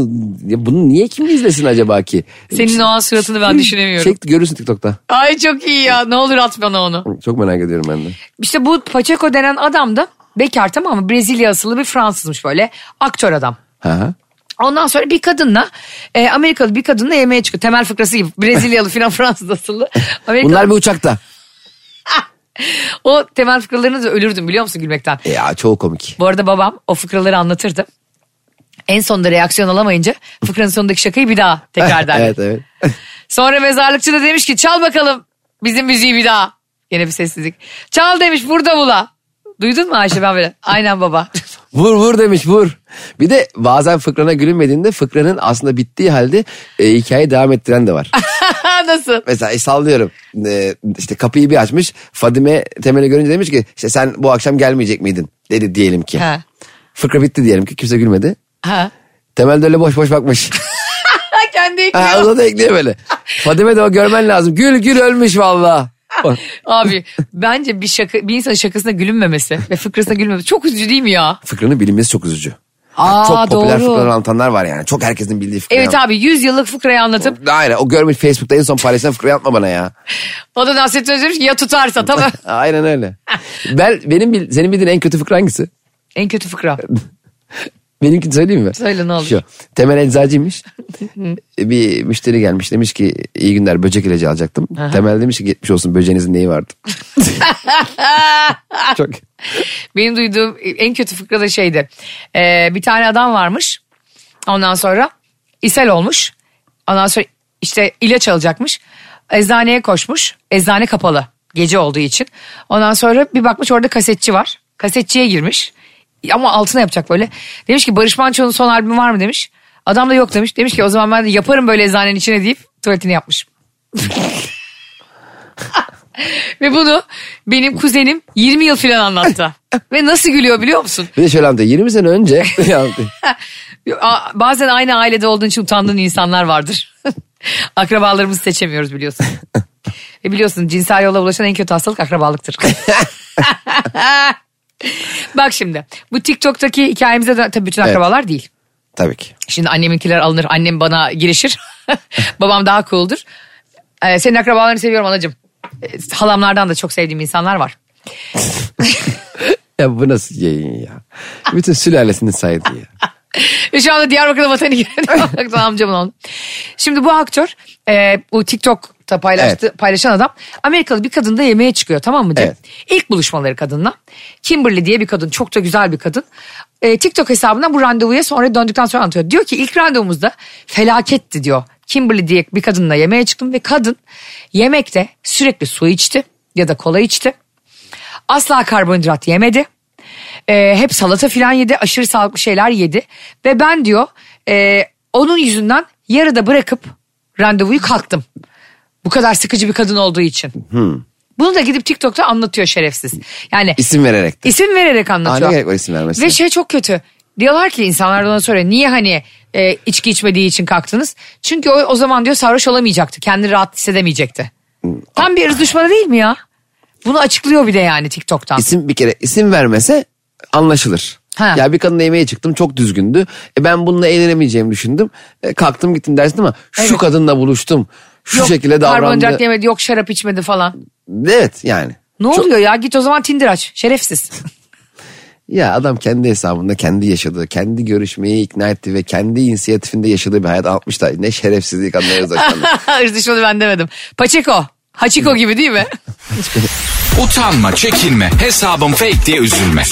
ya bunu niye kim izlesin acaba ki? Hmm.
Senin o an suratını ben düşünemiyorum.
Çek görürsün TikTok'ta.
Ay çok iyi ya ne olur at bana onu.
Çok merak ediyorum ben de.
İşte bu Pacheco denen adam da bekar tamam mı? Brezilya asıllı bir Fransızmış böyle. Aktör adam.
Ha.
Ondan sonra bir kadınla e, Amerikalı bir kadınla yemeğe çıkıyor. Temel fıkrası gibi Brezilyalı filan [LAUGHS] Fransız asıllı. Amerikalı.
Bunlar bir uçakta.
O temel fıkralarını da ölürdüm biliyor musun gülmekten.
E Ya çoğu komik.
Bu arada babam o fıkraları anlatırdı. En sonunda reaksiyon alamayınca fıkranın sonundaki şakayı bir [LAUGHS] daha tekrar derdi.
[LAUGHS] evet evet.
Sonra mezarlıkçı da demiş ki çal bakalım bizim müziği bir daha. Yine bir sessizlik. Çal demiş burada bula. Duydun mu Ayşe ben [LAUGHS] böyle? Aynen baba.
Vur vur demiş vur. Bir de bazen fıkrana gülünmediğinde fıkranın aslında bittiği halde e, hikayeyi devam ettiren de var.
Nasıl?
Mesela e, sallıyorum e, işte kapıyı bir açmış Fadime Temel'i görünce demiş ki işte sen bu akşam gelmeyecek miydin dedi diyelim ki.
Ha.
Fıkra bitti diyelim ki kimse gülmedi.
Ha.
Temel de öyle boş boş
[LAUGHS]
bakmış.
Ha, Kendi ekliyor.
Ha, onu da ekliyor böyle. Fadime de o görmen lazım. Gül gül ölmüş valla. Bak,
Abi bence bir şaka bir insanın şakasına gülünmemesi ve fıkrasına gülünmemesi çok üzücü değil mi ya?
Fıkranın bilinmesi çok üzücü.
Aa,
çok popüler
doğru.
fıkraları anlatanlar var yani. Çok herkesin bildiği fıkraları.
Evet abi 100 yıllık fıkrayı anlatıp
Aynen o görmüş Facebook'ta en son paylaşan fıkrayı atma bana ya.
o da [LAUGHS] Nasrettin Hoca demiş ki ya tutarsa tamam.
Aynen öyle. Ben benim bil- senin bildiğin en kötü fıkra hangisi?
En kötü fıkra.
Benimkini söyleyeyim mi?
Söyle, ne olur.
Şu, Temel eczacıymış. E, bir müşteri gelmiş demiş ki iyi günler böcek ilacı alacaktım. Temel demiş ki gitmiş olsun böceğinizin neyi
[LAUGHS]
vardı? Çok.
Benim duyduğum en kötü fıkra da şeydi. Ee, bir tane adam varmış. Ondan sonra ishal olmuş. Ondan sonra işte ilaç alacakmış. Eczaneye koşmuş. Eczane kapalı. Gece olduğu için. Ondan sonra bir bakmış orada kasetçi var. Kasetçiye girmiş. Ama altına yapacak böyle. Demiş ki Barış Manço'nun son albümü var mı demiş. Adam da yok demiş. Demiş ki o zaman ben de yaparım böyle eczanenin içine deyip tuvaletini yapmış. Ve bunu benim kuzenim 20 yıl falan anlattı. Ve nasıl gülüyor biliyor musun?
Bir de şöyle anlatıyor. 20 sene önce [LAUGHS]
Aa, Bazen aynı ailede olduğun için utandığın insanlar vardır. [LAUGHS] Akrabalarımızı seçemiyoruz biliyorsun. Ve biliyorsun cinsel yolla bulaşan en kötü hastalık akrabalıktır. Bak şimdi bu TikTok'taki hikayemize de tabii bütün
Evet.
akrabalar değil.
tabii ki.
Şimdi anneminkiler alınır annem bana girişir. [LAUGHS] Babam daha cool'dur. Ee, senin akrabalarını seviyorum anacığım. Ee, halamlardan da çok sevdiğim insanlar var.
Ya bu nasıl yayın ya? Bütün sülalesini saydı ya.
Ve E, Şu anda Diyarbakır'da vatanı [LAUGHS] giren amcamın oğlu. Şimdi bu aktör e, bu TikTok'ta paylaştı, paylaşan adam Amerikalı bir kadında yemeğe çıkıyor tamam mı? Cem?
Evet.
İlk buluşmaları kadınla. Kimberly diye bir kadın çok da güzel bir kadın. E, TikTok hesabından bu randevuya sonra döndükten sonra anlatıyor. Diyor ki ilk randevumuzda felaketti diyor. Kimberly diye bir kadınla yemeğe çıktım ve kadın yemekte sürekli su içti ya da kola içti. Asla karbonhidrat yemedi. Ee, hep salata filan yedi. Aşırı sağlıklı şeyler yedi. Ve ben diyor e, onun yüzünden yarıda bırakıp randevuyu kalktım. Bu kadar sıkıcı bir kadın olduğu için. Bunu da gidip TikTok'ta anlatıyor şerefsiz. Yani
Hmm. İsim vererek de.
isim vererek anlatıyor.
Aa, ne gerek var isim vermesine?
Ve şey çok kötü. Diyorlar ki insanlar bana soruyor niye hani e, içki içmediği için kalktınız? Çünkü o, o zaman diyor sarhoş olamayacaktı. Kendini rahat hissedemeyecekti.
Hmm.
Tam bir ırz düşmanı değil mi ya? Bunu açıklıyor bir de yani TikTok'tan.
İsim bir kere isim vermese anlaşılır.
Ha.
Ya bir kadınla yemeğe çıktım çok düzgündü. E ben bununla eğlenemeyeceğimi düşündüm. E kalktım gittim dersin ama şu
Evet.
kadınla buluştum. Şu
yok,
şekilde davrandı.
Karbonhidrat yemedi yok şarap içmedi falan.
Evet yani.
Ne oluyor ya git o zaman Tinder aç şerefsiz.
Ya adam kendi hesabında kendi yaşadığı, kendi görüşmeyi ikna etti ve kendi inisiyatifinde yaşadığı bir hayat almış da ne şerefsizlik anlayarız
[LAUGHS]
aşağıda.
ırz düşmanı ben demedim. Paçeko.
Hmm.
Hachiko gibi değil mi?
Utanma, çekinme, hesabım fake diye üzülme.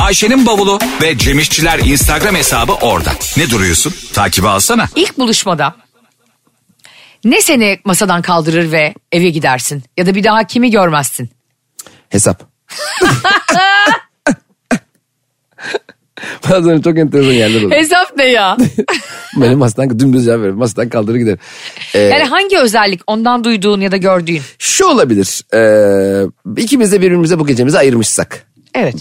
Ayşe'nin bavulu ve Cemişçiler Instagram hesabı orada. Ne duruyorsun? Takibi alsana.
İlk buluşmada ne seni masadan kaldırır ve eve gidersin? Ya da bir daha kimi görmezsin?
Hesap. [LAUGHS] Bazen çok enteresan yerler olur.
Hesap
[LAUGHS]
ne ya?
Benim hastadan dümdüz cevap veririm. Hastadan kaldırır giderim. Ee,
Yani hangi özellik ondan duyduğun ya da gördüğün?
şu olabilir. Ee, ikimiz de birbirimize bu gecemizi ayırmışsak.
Evet.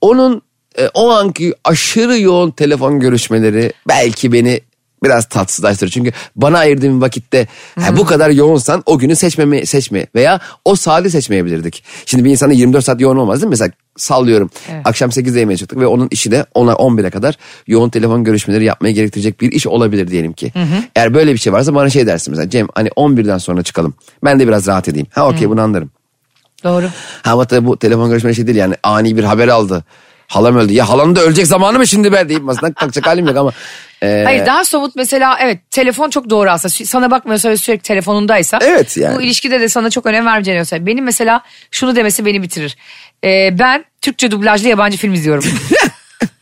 Onun e, o anki aşırı yoğun telefon görüşmeleri belki beni biraz tatsızlaştırır. Çünkü bana ayırdığım vakitte ha, bu kadar yoğunsan o günü seçmeme, seçme veya o saati seçmeyebilirdik. Şimdi bir insana 24 saat yoğun olmaz değil mi? Mesela sallıyorum
Evet.
akşam 8'de yemeğe çıktık ve onun işi de 10'a 11'e kadar yoğun telefon görüşmeleri yapmaya gerektirecek bir iş olabilir diyelim ki. Eğer böyle bir şey varsa bana şey dersin mesela Cem hani 11'den sonra çıkalım ben de biraz rahat edeyim. Ha okey bunu anlarım.
Doğru.
Ha ama tabii bu telefon görüşme şey değil yani ani bir haber aldı. Halam öldü. Ya halam da ölecek zamanı mı şimdi ben deyip aslında kalkacak halim yok ama. e,
Hayır daha somut mesela evet telefon çok doğru aslında. Sü- Sana bakmıyorsa ve sürekli telefonundaysa.
Evet yani.
Bu ilişkide de sana çok önem vermeyeceğini gösteriyor. Benim mesela şunu demesi beni bitirir. Ee, ben Türkçe dublajlı yabancı film izliyorum.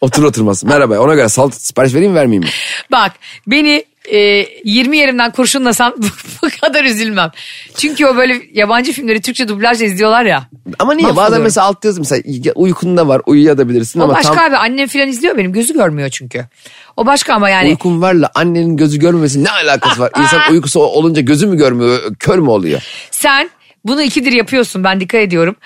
otur oturmaz. Merhaba ona göre salt sipariş vereyim mi vermeyeyim mi?
Bak beni e, 20 yerimden kurşunlasan [LAUGHS] bu kadar üzülmem. Çünkü o böyle yabancı filmleri Türkçe dublajla izliyorlar ya.
Ama niye bazen
Mahvoluyorum.
mesela alt yazı mesela uykun da var uyuyabilirsin
O
ama
başka
tam
abi annem filan izliyor benim gözü görmüyor çünkü. O başka ama yani.
uykun varla annenin gözü görmemesi ne alakası var? İnsan uykusu olunca gözü mü görmüyor kör mü oluyor?
Sen bunu ikidir yapıyorsun ben dikkat ediyorum.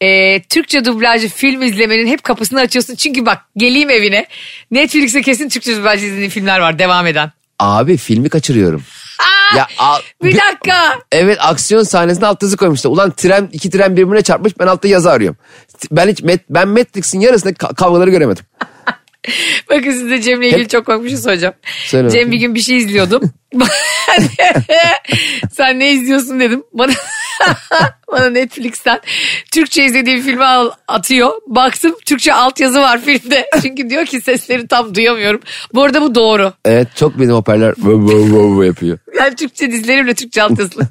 Ee, Türkçe dublajlı film izlemenin hep kapısını açıyorsun. Çünkü bak geleyim evine Netflix'te kesin Türkçe dublajlı izlediğin filmler var devam eden.
Abi filmi kaçırıyorum.
Aa,
Ya, a-
bir
bir-
dakika.
Evet aksiyon sahnesine alt yazı koymuşlar. Ulan tren iki tren birbirine çarpmış ben altta yazı arıyorum. Ben hiç Met- ben Matrix'in yarısındaki ka- kavgaları göremedim.
Bakın size Cem'le ilgili çok komik bir şey soracağım.
Söyle
Cem
bakayım.
bir gün bir şey izliyordum. [LAUGHS] Ben de, Sen ne izliyorsun dedim. Bana [LAUGHS] bana Netflix'ten Türkçe izlediği bir filmi al- atıyor. Baktım Türkçe altyazı var filmde. [LAUGHS] Çünkü diyor ki sesleri tam duyamıyorum. Bu arada bu doğru.
Evet çok benim hoparlör vov vov vov yapıyor.
Yani Türkçe dizilerimle
[LAUGHS]
Türkçe altyazılı.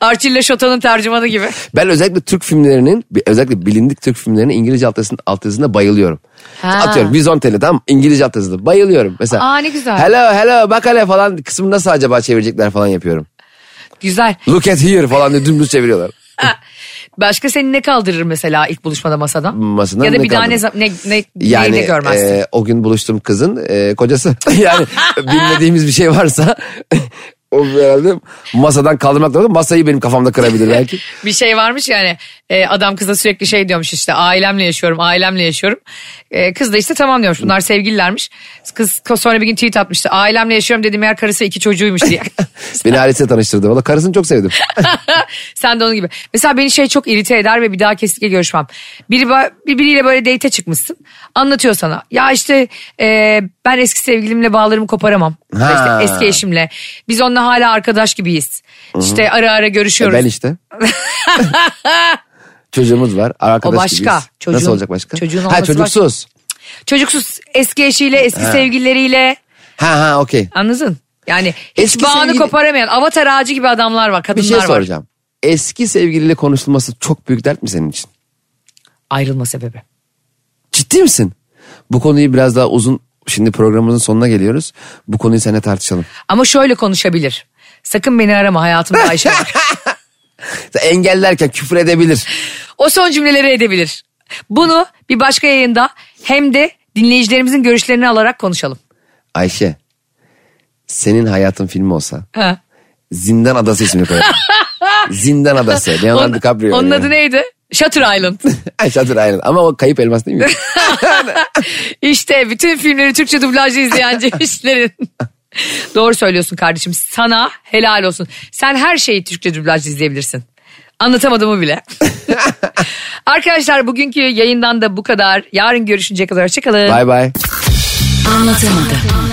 Arçille Şota'nın tercümanı gibi.
Ben özellikle Türk filmlerinin bi- özellikle bilindik Türk filmlerinin İngilizce altyazısına, altyazısına bayılıyorum.
Ha.
Atıyorum Vizontele tamam mı? İngilizce altyazıda bayılıyorum. Mesela
Aa, ne güzel.
hello hello bak hele falan kısmını nasıl acaba çevirecekler falan yapıyorum.
Güzel.
Look at here falan diye dümdüz çeviriyorlar.
Başka seni ne kaldırır mesela ilk buluşmada masada?
Masadan
ya da
ne
bir daha ne,
kaldırır?
zam- ne, ne,
Yani
ne görmezsin?
e, o gün buluştuğum kızın e, kocası [LAUGHS]
[LAUGHS]
yani bilmediğimiz bir şey varsa [LAUGHS] o herhalde masadan kaldırmak lazım. Masayı benim kafamda kırabilir
[LAUGHS]
belki.
bir şey varmış yani e, adam kıza sürekli şey diyormuş işte ailemle yaşıyorum ailemle yaşıyorum. E, kız da işte tamam diyormuş bunlar sevgililermiş. Kız sonra bir gün tweet atmıştı ailemle yaşıyorum dediğim yer karısı iki
[LAUGHS]
çocuğuymuş diye. [LAUGHS]
Beni ailesiyle tanıştırdı. Valla karısını çok sevdim.
Sen de onun gibi. Mesela beni şey çok irite eder ve bir daha kesinlikle görüşmem. Biri, ba- bir- biriyle böyle date çıkmışsın. Anlatıyor sana. Ya işte e, ben eski sevgilimle bağlarımı koparamam.
Ha.
İşte eski eşimle. Biz onunla hala arkadaş gibiyiz. İşte ara ara görüşüyoruz.
E, Ben
[LAUGHS]
işte. Çocuğumuz var. Arkadaş
O başka.
gibiyiz.
Çocuğun-
Nasıl olacak başka?
çocuğun
ha
olması
çocuksuz.
Çocuksuz eski eşiyle eski sevgilileriyle
Ha ha okey.
anladın? Yani hiç
Eski
bağını
sevgili-
koparamayan avatar ağacı gibi adamlar var
Bir
kadınlar
şey
var.
soracağım. Eski sevgiliyle konuşulması çok büyük dert mi senin için?
Ayrılma sebebi.
Ciddi misin? Bu konuyu biraz daha uzun şimdi programımızın sonuna geliyoruz. Bu konuyu seninle tartışalım.
Ama şöyle konuşabilir. Sakın beni
[LAUGHS]
arama hayatımda Ayşe var.
Engellerken küfür edebilir.
O son cümleleri edebilir. Bunu bir başka yayında hem de dinleyicilerimizin görüşlerini alarak konuşalım.
Ayşe senin hayatın filmi olsa
Ha.
Zindan Adası ismini koyarım.
[LAUGHS]
Zindan Adası. Leonardo
Onun-
DiCaprio.
onun
oynuyor.
adı neydi? Shutter Island.
[LAUGHS] Ayşe Hatun aynen. Ama o kayıp elmas
[LAUGHS]
değil mi?
işte bütün filmleri Türkçe dublajlı izleyen [LAUGHS] Cevişlerin. Doğru söylüyorsun kardeşim. Sana helal olsun. Sen her şeyi Türkçe dublajlı izleyebilirsin. Anlatamadığımı bile. Arkadaşlar bugünkü yayından da bu kadar. Yarın görüşünceye kadar hoşçakalın.
Bay bay.
Anlatamadım.